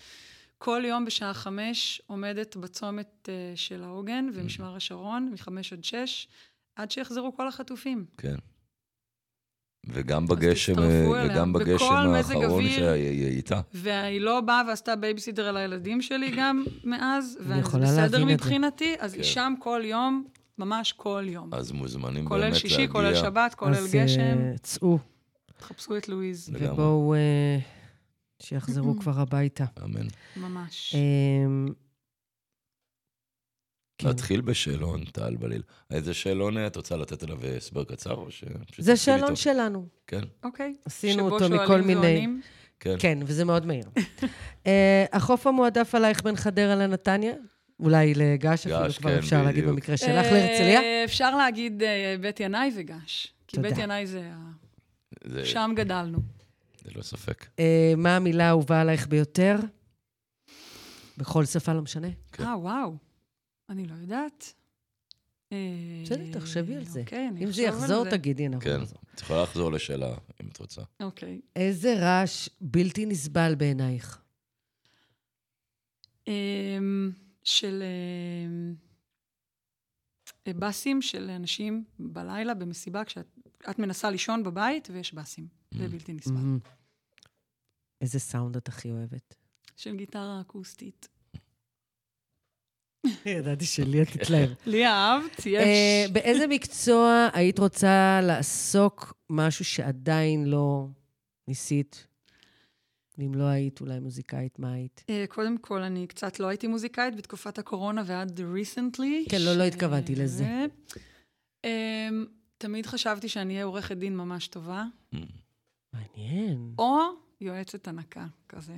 [SPEAKER 6] כל יום בשעה חמש עומדת בצומת אה, של העוגן
[SPEAKER 3] Mm-hmm.
[SPEAKER 6] ומשמר השרון, מחמש עד שש, עד שיחזרו כל החטופים.
[SPEAKER 2] כן. וגם בגשם,
[SPEAKER 6] תצטרפו
[SPEAKER 2] אה,
[SPEAKER 6] אליה.
[SPEAKER 2] וגם
[SPEAKER 6] בכל
[SPEAKER 2] בגשם
[SPEAKER 6] מזג
[SPEAKER 2] האחרון
[SPEAKER 6] אוויר.
[SPEAKER 2] שהיא הייתה.
[SPEAKER 6] והיא לא באה ועשתה בייביסיטר על הילדים שלי גם מאז, וזה
[SPEAKER 3] יכולה
[SPEAKER 6] בסדר
[SPEAKER 3] להבין את זה. כן.
[SPEAKER 6] מבחינתי, אז היא שם כל יום, ממש כל יום.
[SPEAKER 2] אז מוזמנים באמת
[SPEAKER 6] כולל
[SPEAKER 2] להגיע.
[SPEAKER 6] שישי, כולל שבת, כולל
[SPEAKER 3] אז, אה,
[SPEAKER 6] גשם.
[SPEAKER 3] צאו,
[SPEAKER 6] תחפשו את לואיז,
[SPEAKER 2] לגמרי.
[SPEAKER 3] ובואו, אה, שיחזרו כבר הביתה.
[SPEAKER 2] אמן.
[SPEAKER 6] ממש.
[SPEAKER 3] אמ, כן.
[SPEAKER 2] נתחיל בשאלון, טל בליל. איזה שאלון אה, את רוצה לתת עליו אה, הסבר קצר, או ש... פשוט
[SPEAKER 3] זה
[SPEAKER 2] נתחיל
[SPEAKER 3] שאלון
[SPEAKER 2] איתו?
[SPEAKER 3] שלנו.
[SPEAKER 2] כן,
[SPEAKER 6] אוקיי.
[SPEAKER 3] עשינו
[SPEAKER 6] שבו
[SPEAKER 3] אותו מכל
[SPEAKER 6] שואלים
[SPEAKER 3] מיני-
[SPEAKER 6] ועונים.
[SPEAKER 2] כן.
[SPEAKER 3] כן, וזה מאוד מהיר. אה, החוף המועדף עלייך בין חדרה לנתניה? אולי לגעש אפילו,
[SPEAKER 2] געש,
[SPEAKER 3] כבר
[SPEAKER 2] כן,
[SPEAKER 3] אפשר להגיד
[SPEAKER 2] בדיוק.
[SPEAKER 3] במקרה שלך, להרצליה?
[SPEAKER 6] אה, אפשר להגיד אה, בית ינאי וגש. כי
[SPEAKER 3] תודה.
[SPEAKER 6] בית ינאי זה... ה-
[SPEAKER 2] זה,
[SPEAKER 6] שם גדלנו.
[SPEAKER 2] זה לא ספק.
[SPEAKER 3] אה, מה המילה האהובה עלייך ביותר? בכל שפה, לא משנה.
[SPEAKER 2] כן.
[SPEAKER 6] אה, וואו. אני לא יודעת. אה,
[SPEAKER 3] בסדר, תחשבי על זה.
[SPEAKER 6] אוקיי, אני
[SPEAKER 3] אם זה
[SPEAKER 6] אחשוב על
[SPEAKER 3] יחזור, תגידי, אנחנו
[SPEAKER 2] כן.
[SPEAKER 3] נחזור.
[SPEAKER 2] את יכולה לחזור לשאלה, אם את רוצה.
[SPEAKER 6] אוקיי.
[SPEAKER 3] איזה רעש בלתי נסבל בעינייך?
[SPEAKER 6] אמ, של אמ, אה, באסים של אנשים בלילה במסיבה, כשאת את מנסה לישון בבית ויש באסים. זה בלתי נסבל.
[SPEAKER 3] מהמם. איזה סאונד את הכי אוהבת?
[SPEAKER 6] של גיטרה אקוסטית.
[SPEAKER 3] ידעתי שלי את תתלהב.
[SPEAKER 6] לי אהבת,
[SPEAKER 3] אה,
[SPEAKER 6] יש.
[SPEAKER 3] באיזה מקצוע היית רוצה לעסוק משהו שעדיין לא ניסית? ואם לא היית אולי מוזיקאית, מה היית?
[SPEAKER 6] אה, קודם כל, אני קצת לא הייתי מוזיקאית בתקופת הקורונה ועד recently.
[SPEAKER 3] כן, לא,
[SPEAKER 6] ש-
[SPEAKER 3] לא התכוונתי לזה.
[SPEAKER 6] אמ, תמיד חשבתי שאני אהיה עורכת דין ממש טובה,
[SPEAKER 3] מעניין.
[SPEAKER 6] או יועצת הנקה כזה.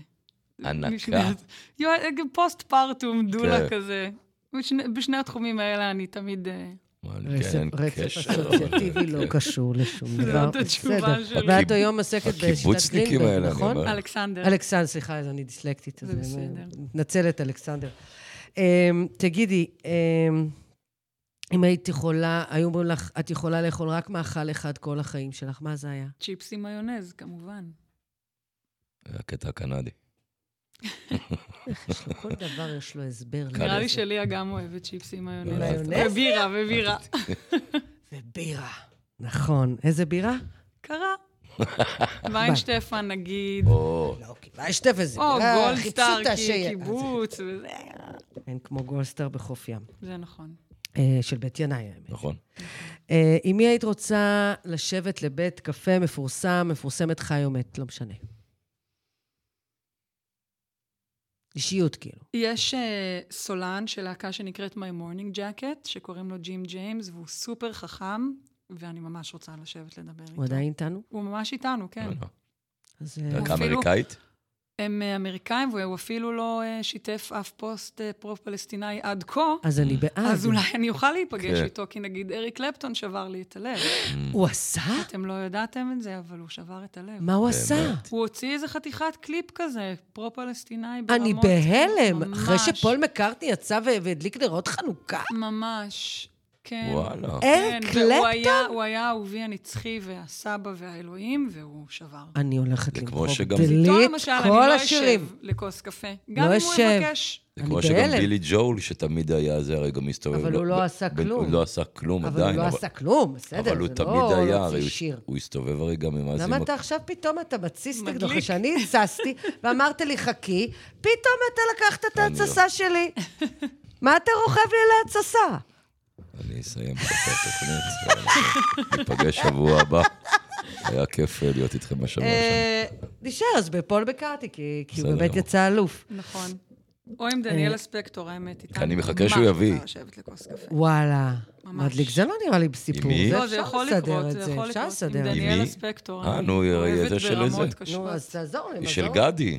[SPEAKER 2] ענקה.
[SPEAKER 6] משני הצ- יוע- פוסט פרטום דולה
[SPEAKER 2] כן.
[SPEAKER 6] כזה. בשני- בשני התחומים האלה אני תמיד... אה,
[SPEAKER 2] וואל,
[SPEAKER 3] רצף
[SPEAKER 2] כן, אין
[SPEAKER 3] רצף
[SPEAKER 2] קשר,
[SPEAKER 3] אסוציאטיבי
[SPEAKER 2] אבל-
[SPEAKER 3] לא
[SPEAKER 2] כן.
[SPEAKER 3] קשור לשום
[SPEAKER 6] זאת
[SPEAKER 3] דבר.
[SPEAKER 6] התשובה
[SPEAKER 3] בסדר.
[SPEAKER 6] שלי.
[SPEAKER 3] ואת היום עוסקת בשיטת
[SPEAKER 2] הקיבוצניקים האלה,
[SPEAKER 3] גרינברג,
[SPEAKER 2] אני
[SPEAKER 3] נכון?
[SPEAKER 2] אומר.
[SPEAKER 6] אלכסנדר.
[SPEAKER 3] אלכסנדר, סליחה, אז אני דיסלקטית.
[SPEAKER 6] זה
[SPEAKER 3] אז אני
[SPEAKER 6] בסדר.
[SPEAKER 3] מתנצלת, אלכסנדר. אמ, תגידי, אמ, אם היית יכולה, היו אומרים לך, את יכולה לאכול רק מאכל אחד כל החיים שלך, מה זה היה?
[SPEAKER 6] צ'יפס עם מיונז, כמובן.
[SPEAKER 2] כן. זה הקטע הקנדי.
[SPEAKER 3] יש לו כל דבר יש לו הסבר.
[SPEAKER 6] נראה לי
[SPEAKER 3] לזה.
[SPEAKER 6] שליה גם אוהבת צ'יפס עם מיונז.
[SPEAKER 3] מיונז?
[SPEAKER 6] ובירה, ובירה.
[SPEAKER 3] ובירה. נכון. איזה בירה?
[SPEAKER 6] קרה. ויינשטפן, נגיד.
[SPEAKER 2] או,
[SPEAKER 3] לא, כי מה יש תפס?
[SPEAKER 6] או גולדסטאר, כי קיבוץ, וזה.
[SPEAKER 3] אין כמו גולדסטאר בחוף ים.
[SPEAKER 6] זה נכון.
[SPEAKER 3] אה, של בית ינאי, האמת.
[SPEAKER 2] נכון.
[SPEAKER 3] אה, עם מי היית רוצה לשבת לבית קפה מפורסם, מפורסמת חי או מת? לא משנה. אישיות, כאילו.
[SPEAKER 6] יש אה, סולן של להקה שנקראת My Morning Jacket, שקוראים לו ג'ים ג'יימס, והוא סופר חכם, ואני ממש רוצה לשבת לדבר איתו.
[SPEAKER 2] אוקיי.
[SPEAKER 3] הוא עדיין איתנו?
[SPEAKER 6] הוא ממש איתנו, כן.
[SPEAKER 2] נכון.
[SPEAKER 3] אז...
[SPEAKER 2] רק
[SPEAKER 3] אה,
[SPEAKER 6] אפילו-
[SPEAKER 2] אמריקאית?
[SPEAKER 6] הם אה, אמריקאים, והוא אפילו לא אה, שיתף אף פוסט אה, פרו-פלסטיני עד כה,
[SPEAKER 3] אז אני בעד.
[SPEAKER 6] אה, אז אולי אני אוכל להיפגש
[SPEAKER 2] כן.
[SPEAKER 6] איתו, כי נגיד אריק קלפטון שבר לי את הלב.
[SPEAKER 3] הוא עשה?
[SPEAKER 6] אתם לא ידעתם את זה, אבל הוא שבר את הלב.
[SPEAKER 3] מה הוא עשה?
[SPEAKER 6] הוא הוציא איזה חתיכת קליפ כזה, פרו-פלסטיני ברמות.
[SPEAKER 3] אני בהלם. אחרי
[SPEAKER 6] ממש,
[SPEAKER 3] שפול מקארטני יצא ו- והדליק נרות חנוכה?
[SPEAKER 6] ממש, כן.
[SPEAKER 2] וואלה.
[SPEAKER 3] אריק
[SPEAKER 6] כן, והוא
[SPEAKER 3] קלפטון?
[SPEAKER 6] היה, הוא היה האהובי הנצחי והסבא והאלוהים, והוא שבר.
[SPEAKER 3] אני הולכת
[SPEAKER 2] זה כמו
[SPEAKER 3] למחוק
[SPEAKER 2] שגם-
[SPEAKER 3] דלית
[SPEAKER 6] איתו למשל, אני
[SPEAKER 3] כל
[SPEAKER 6] לא
[SPEAKER 3] השירים.
[SPEAKER 6] אשב לכוס קפה. גם
[SPEAKER 3] לא
[SPEAKER 6] אם הוא
[SPEAKER 3] אשב.
[SPEAKER 6] יבקש.
[SPEAKER 2] זה
[SPEAKER 3] אני
[SPEAKER 2] כמו שגם
[SPEAKER 3] בהלם.
[SPEAKER 2] בילי ג'ול, שתמיד היה זה, הרי גם הסתובב.
[SPEAKER 3] אבל הוא לא עשה
[SPEAKER 2] בין-
[SPEAKER 3] כלום.
[SPEAKER 2] הוא לא עשה כלום
[SPEAKER 3] אבל הוא
[SPEAKER 2] עדיין.
[SPEAKER 3] לא עשה כלום, בסדר,
[SPEAKER 2] אבל הוא
[SPEAKER 3] זה
[SPEAKER 2] תמיד
[SPEAKER 3] לא
[SPEAKER 2] היה,
[SPEAKER 3] להוציא
[SPEAKER 2] הרי הוא-
[SPEAKER 3] שיר.
[SPEAKER 2] הוא הסתובב הרי גם עם
[SPEAKER 3] למה
[SPEAKER 2] האזימות.
[SPEAKER 3] אתה עכשיו פתאום אתה מתסיס
[SPEAKER 6] מדליק.
[SPEAKER 3] נגדו? אחרי שאני התססתי ואמרת לי, חכי, פתאום אתה לקחת את
[SPEAKER 2] אני לא.
[SPEAKER 3] ההתססה שלי. מה אתה רוכב לי
[SPEAKER 2] לא
[SPEAKER 3] להתססה?
[SPEAKER 2] אני אסיים פה את התוכנית, ניפגש שבוע הבא. היה כיף אה, להיות איתכם בשבוע שם.
[SPEAKER 3] אה, נשאר אז בפול מקארטי, כי כי הוא
[SPEAKER 2] בסדר
[SPEAKER 3] באמת
[SPEAKER 2] גמור.
[SPEAKER 3] יצא אלוף.
[SPEAKER 6] נכון. או עם
[SPEAKER 3] אה,
[SPEAKER 6] דניאלה ספקטור, האמת, איתנו.
[SPEAKER 2] אני מחכה שהוא יביא.
[SPEAKER 6] ממש רוצה לשבת לכוס קפה.
[SPEAKER 3] וואלה.
[SPEAKER 6] ממש.
[SPEAKER 3] מדליק, זה לא נראה לי בסיפור.
[SPEAKER 2] עם מי?
[SPEAKER 6] לא, זה
[SPEAKER 3] אפשר
[SPEAKER 6] יכול
[SPEAKER 3] לסדר
[SPEAKER 6] לקרות,
[SPEAKER 3] את
[SPEAKER 6] זה יכול
[SPEAKER 3] אפשר
[SPEAKER 6] לקרות. עם
[SPEAKER 3] לסדר את זה.
[SPEAKER 6] דניאלה
[SPEAKER 2] מי?
[SPEAKER 6] ספקטור.
[SPEAKER 2] אה,
[SPEAKER 6] אני
[SPEAKER 2] נו, היא-
[SPEAKER 6] אוהבת
[SPEAKER 2] זה של
[SPEAKER 6] ברמות
[SPEAKER 2] איזה.
[SPEAKER 6] קשות.
[SPEAKER 3] נו, אז תעזור לי.
[SPEAKER 2] היא
[SPEAKER 3] מה
[SPEAKER 2] של
[SPEAKER 3] זה?
[SPEAKER 2] גדי.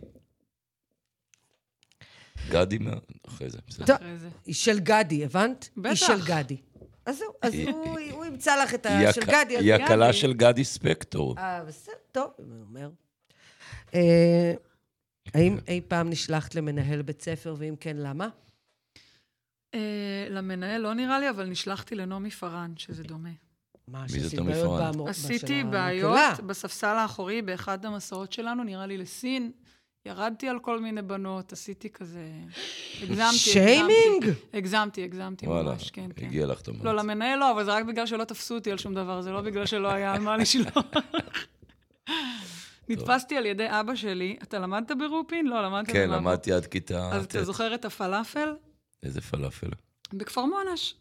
[SPEAKER 2] גדי, מה- אחרי זה, בסדר.
[SPEAKER 3] טוב,
[SPEAKER 6] אחרי זה.
[SPEAKER 3] היא של גדי, הבנת? היא
[SPEAKER 6] בטח.
[SPEAKER 3] של גדי. אז זהו, אז
[SPEAKER 2] היא-
[SPEAKER 3] הוא- הוא ימצא לך את
[SPEAKER 2] היא
[SPEAKER 3] ה... של
[SPEAKER 2] הכ-
[SPEAKER 3] גדי. אז
[SPEAKER 2] היא
[SPEAKER 3] גדי.
[SPEAKER 2] הכלה של גדי ספקטור.
[SPEAKER 3] אה, בסדר, טוב, הוא אומר. אה, האם
[SPEAKER 2] כן.
[SPEAKER 3] אי פעם נשלחת למנהל בית ספר, ואם כן, למה?
[SPEAKER 6] אה, למנהל לא נראה לי, אבל נשלחתי לנעמי פארן, שזה דומה.
[SPEAKER 3] מה,
[SPEAKER 2] מי זאת
[SPEAKER 3] שעשית
[SPEAKER 2] נעמי
[SPEAKER 3] בעיות
[SPEAKER 2] פארן?
[SPEAKER 3] בעמוד- בשנה
[SPEAKER 6] עשיתי
[SPEAKER 3] המקהלה.
[SPEAKER 6] בעיות בספסל האחורי באחד המסעות שלנו, נראה לי לסין. ירדתי על כל מיני בנות, עשיתי כזה... הגזמתי,
[SPEAKER 3] שיימינג?
[SPEAKER 6] הגזמתי, הגזמתי
[SPEAKER 2] וואלה,
[SPEAKER 6] ממש, כן, כן.
[SPEAKER 2] הגיע לך את המרץ.
[SPEAKER 6] לא, למנהל לא, אבל זה רק בגלל שלא תפסו אותי על שום דבר, זה לא בגלל שלא היה על מה לשלוח. נתפסתי על ידי אבא שלי, אתה למדת ברופין? לא, למדת
[SPEAKER 2] כן,
[SPEAKER 6] במאקו.
[SPEAKER 2] למדתי עד כיתה...
[SPEAKER 6] אז אתה
[SPEAKER 2] ט'.
[SPEAKER 6] זוכר את הפלאפל?
[SPEAKER 2] איזה פלאפל. כן,
[SPEAKER 6] בכפר מונש.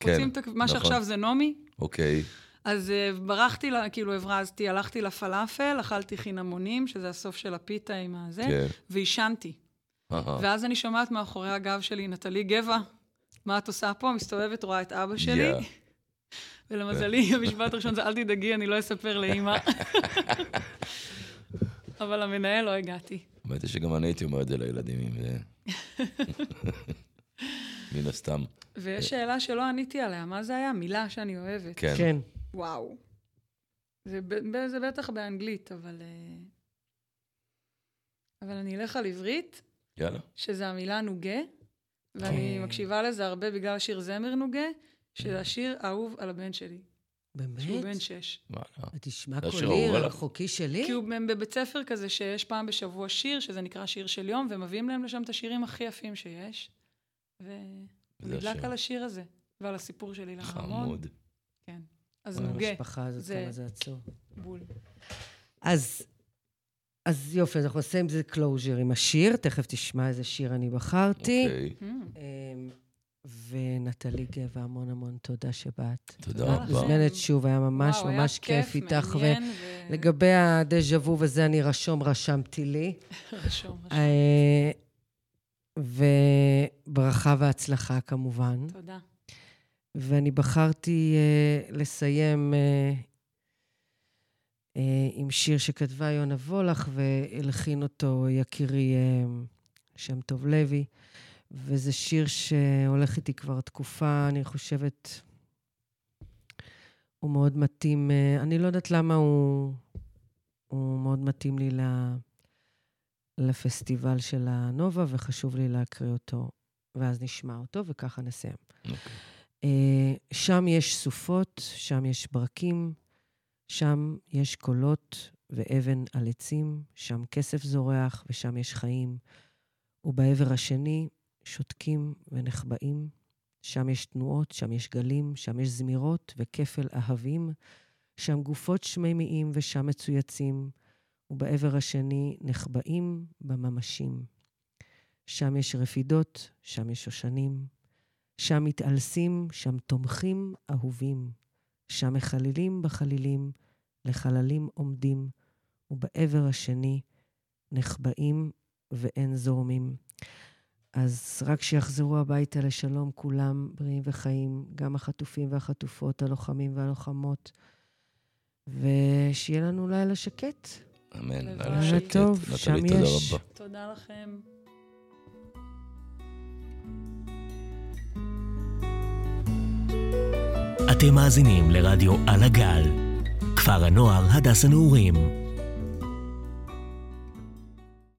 [SPEAKER 2] כן,
[SPEAKER 6] רוצים את הכ- מה
[SPEAKER 2] נכון.
[SPEAKER 6] שעכשיו זה נעמי?
[SPEAKER 2] אוקיי.
[SPEAKER 6] אז אה, ברחתי, לה, כאילו הברזתי, הלכתי לפלאפל, אכלתי חינמונים, שזה הסוף של הפיתה עם הזה,
[SPEAKER 2] כן. אה.
[SPEAKER 6] ועישנתי.
[SPEAKER 2] אהה.
[SPEAKER 6] ואז אני שומעת מאחורי הגב שלי, נטלי גבע, מה את עושה פה? מסתובבת, רואה את אבא שלי.
[SPEAKER 2] Yeah.
[SPEAKER 6] ולמזלי, המשפט הראשון זה, אל תדאגי, אני לא אספר לאימא. אבל למנהל לא הגעתי.
[SPEAKER 2] האמת היא שגם אני הייתי אומר את זה לילדים אם זה... מן הסתם.
[SPEAKER 6] ויש שאלה שלא עניתי עליה, מה זה היה? מילה שאני אוהבת.
[SPEAKER 2] כן.
[SPEAKER 3] כן.
[SPEAKER 6] וואו. זה, ב- ב- זה בטח באנגלית, אבל... אה, אבל אני אלך על עברית,
[SPEAKER 2] יאללה.
[SPEAKER 6] שזה המילה נוגה, ואני מקשיבה לזה הרבה בגלל השיר זמר נוגה, שזה השיר האהוב על הבן שלי, שהוא
[SPEAKER 3] באמת?
[SPEAKER 6] בן שש.
[SPEAKER 2] וואלה.
[SPEAKER 3] תשמע
[SPEAKER 2] זה השיר
[SPEAKER 3] קולי,
[SPEAKER 2] האהוב עליו.
[SPEAKER 3] רחוקי שלי.
[SPEAKER 6] כי הוא הם בבית ספר כזה שיש פעם בשבוע שיר, שזה נקרא שיר של יום, ומביאים להם לשם את השירים הכי יפים שיש. והוא
[SPEAKER 2] זה
[SPEAKER 6] נדלק
[SPEAKER 2] השיר.
[SPEAKER 6] על השיר הזה, ועל הסיפור שלי לארמון.
[SPEAKER 2] חמוד.
[SPEAKER 6] כן. אז
[SPEAKER 2] וואי,
[SPEAKER 6] נוגה,
[SPEAKER 3] המשפחה הזאת,
[SPEAKER 6] זה-
[SPEAKER 3] כמה זה עצוב.
[SPEAKER 6] בול.
[SPEAKER 3] אז, אז יופי, אז אנחנו נעשה עם זה קלוז'ר עם השיר, תכף תשמע איזה שיר אני בחרתי.
[SPEAKER 2] אוקיי.
[SPEAKER 6] Mm.
[SPEAKER 3] אמ, ונטלי גבע, המון המון תודה שבאת.
[SPEAKER 2] תודה
[SPEAKER 6] לכם.
[SPEAKER 2] רבה.
[SPEAKER 3] מוזמנת שוב, היה ממש
[SPEAKER 6] וואו, היה
[SPEAKER 3] ממש כיף איתך.
[SPEAKER 6] מעניין,
[SPEAKER 3] ולגבי הדז'ה וו וזה, אני רשום, רשמתי לי.
[SPEAKER 6] רשום, רשום.
[SPEAKER 3] אה, וברכה והצלחה כמובן.
[SPEAKER 6] תודה.
[SPEAKER 3] ואני בחרתי אה, לסיים אה, אה, עם שיר שכתבה יונה וולך והלחין אותו יקירי אה, שם טוב לוי, וזה שיר שהולך איתי כבר תקופה, אני חושבת, הוא מאוד מתאים, אה, אני לא יודעת למה הוא, הוא מאוד מתאים לי ל, לפסטיבל של הנובה, וחשוב לי להקריא אותו, ואז נשמע אותו, וככה נסיים.
[SPEAKER 2] אוקיי.
[SPEAKER 3] אה, שם יש סופות, שם יש ברקים, שם יש קולות ואבן על עצים, שם כסף זורח ושם יש חיים. ובעבר השני שותקים ונחבאים, שם יש תנועות, שם יש גלים, שם יש זמירות וכפל אהבים, שם גופות שמימיים ושם מצויצים, ובעבר השני נחבאים בממשים. שם יש רפידות, שם יש שושנים, שם מתעלסים, שם תומכים אהובים. שם מחללים בחלילים, לחללים עומדים, ובעבר השני נחבאים ואין זורמים. אז רק שיחזרו הביתה לשלום כולם, בריאים וחיים, גם החטופים והחטופות, הלוחמים והלוחמות, ושיהיה לנו לילה שקט.
[SPEAKER 2] אמן.
[SPEAKER 6] לילה
[SPEAKER 2] לילה שקט.
[SPEAKER 3] טוב, שם
[SPEAKER 2] נטלי, תודה
[SPEAKER 3] יש.
[SPEAKER 2] רבה.
[SPEAKER 6] תודה לכם.
[SPEAKER 1] אתם מאזינים לרדיו על הגל, כפר הנוער הדס הנעורים.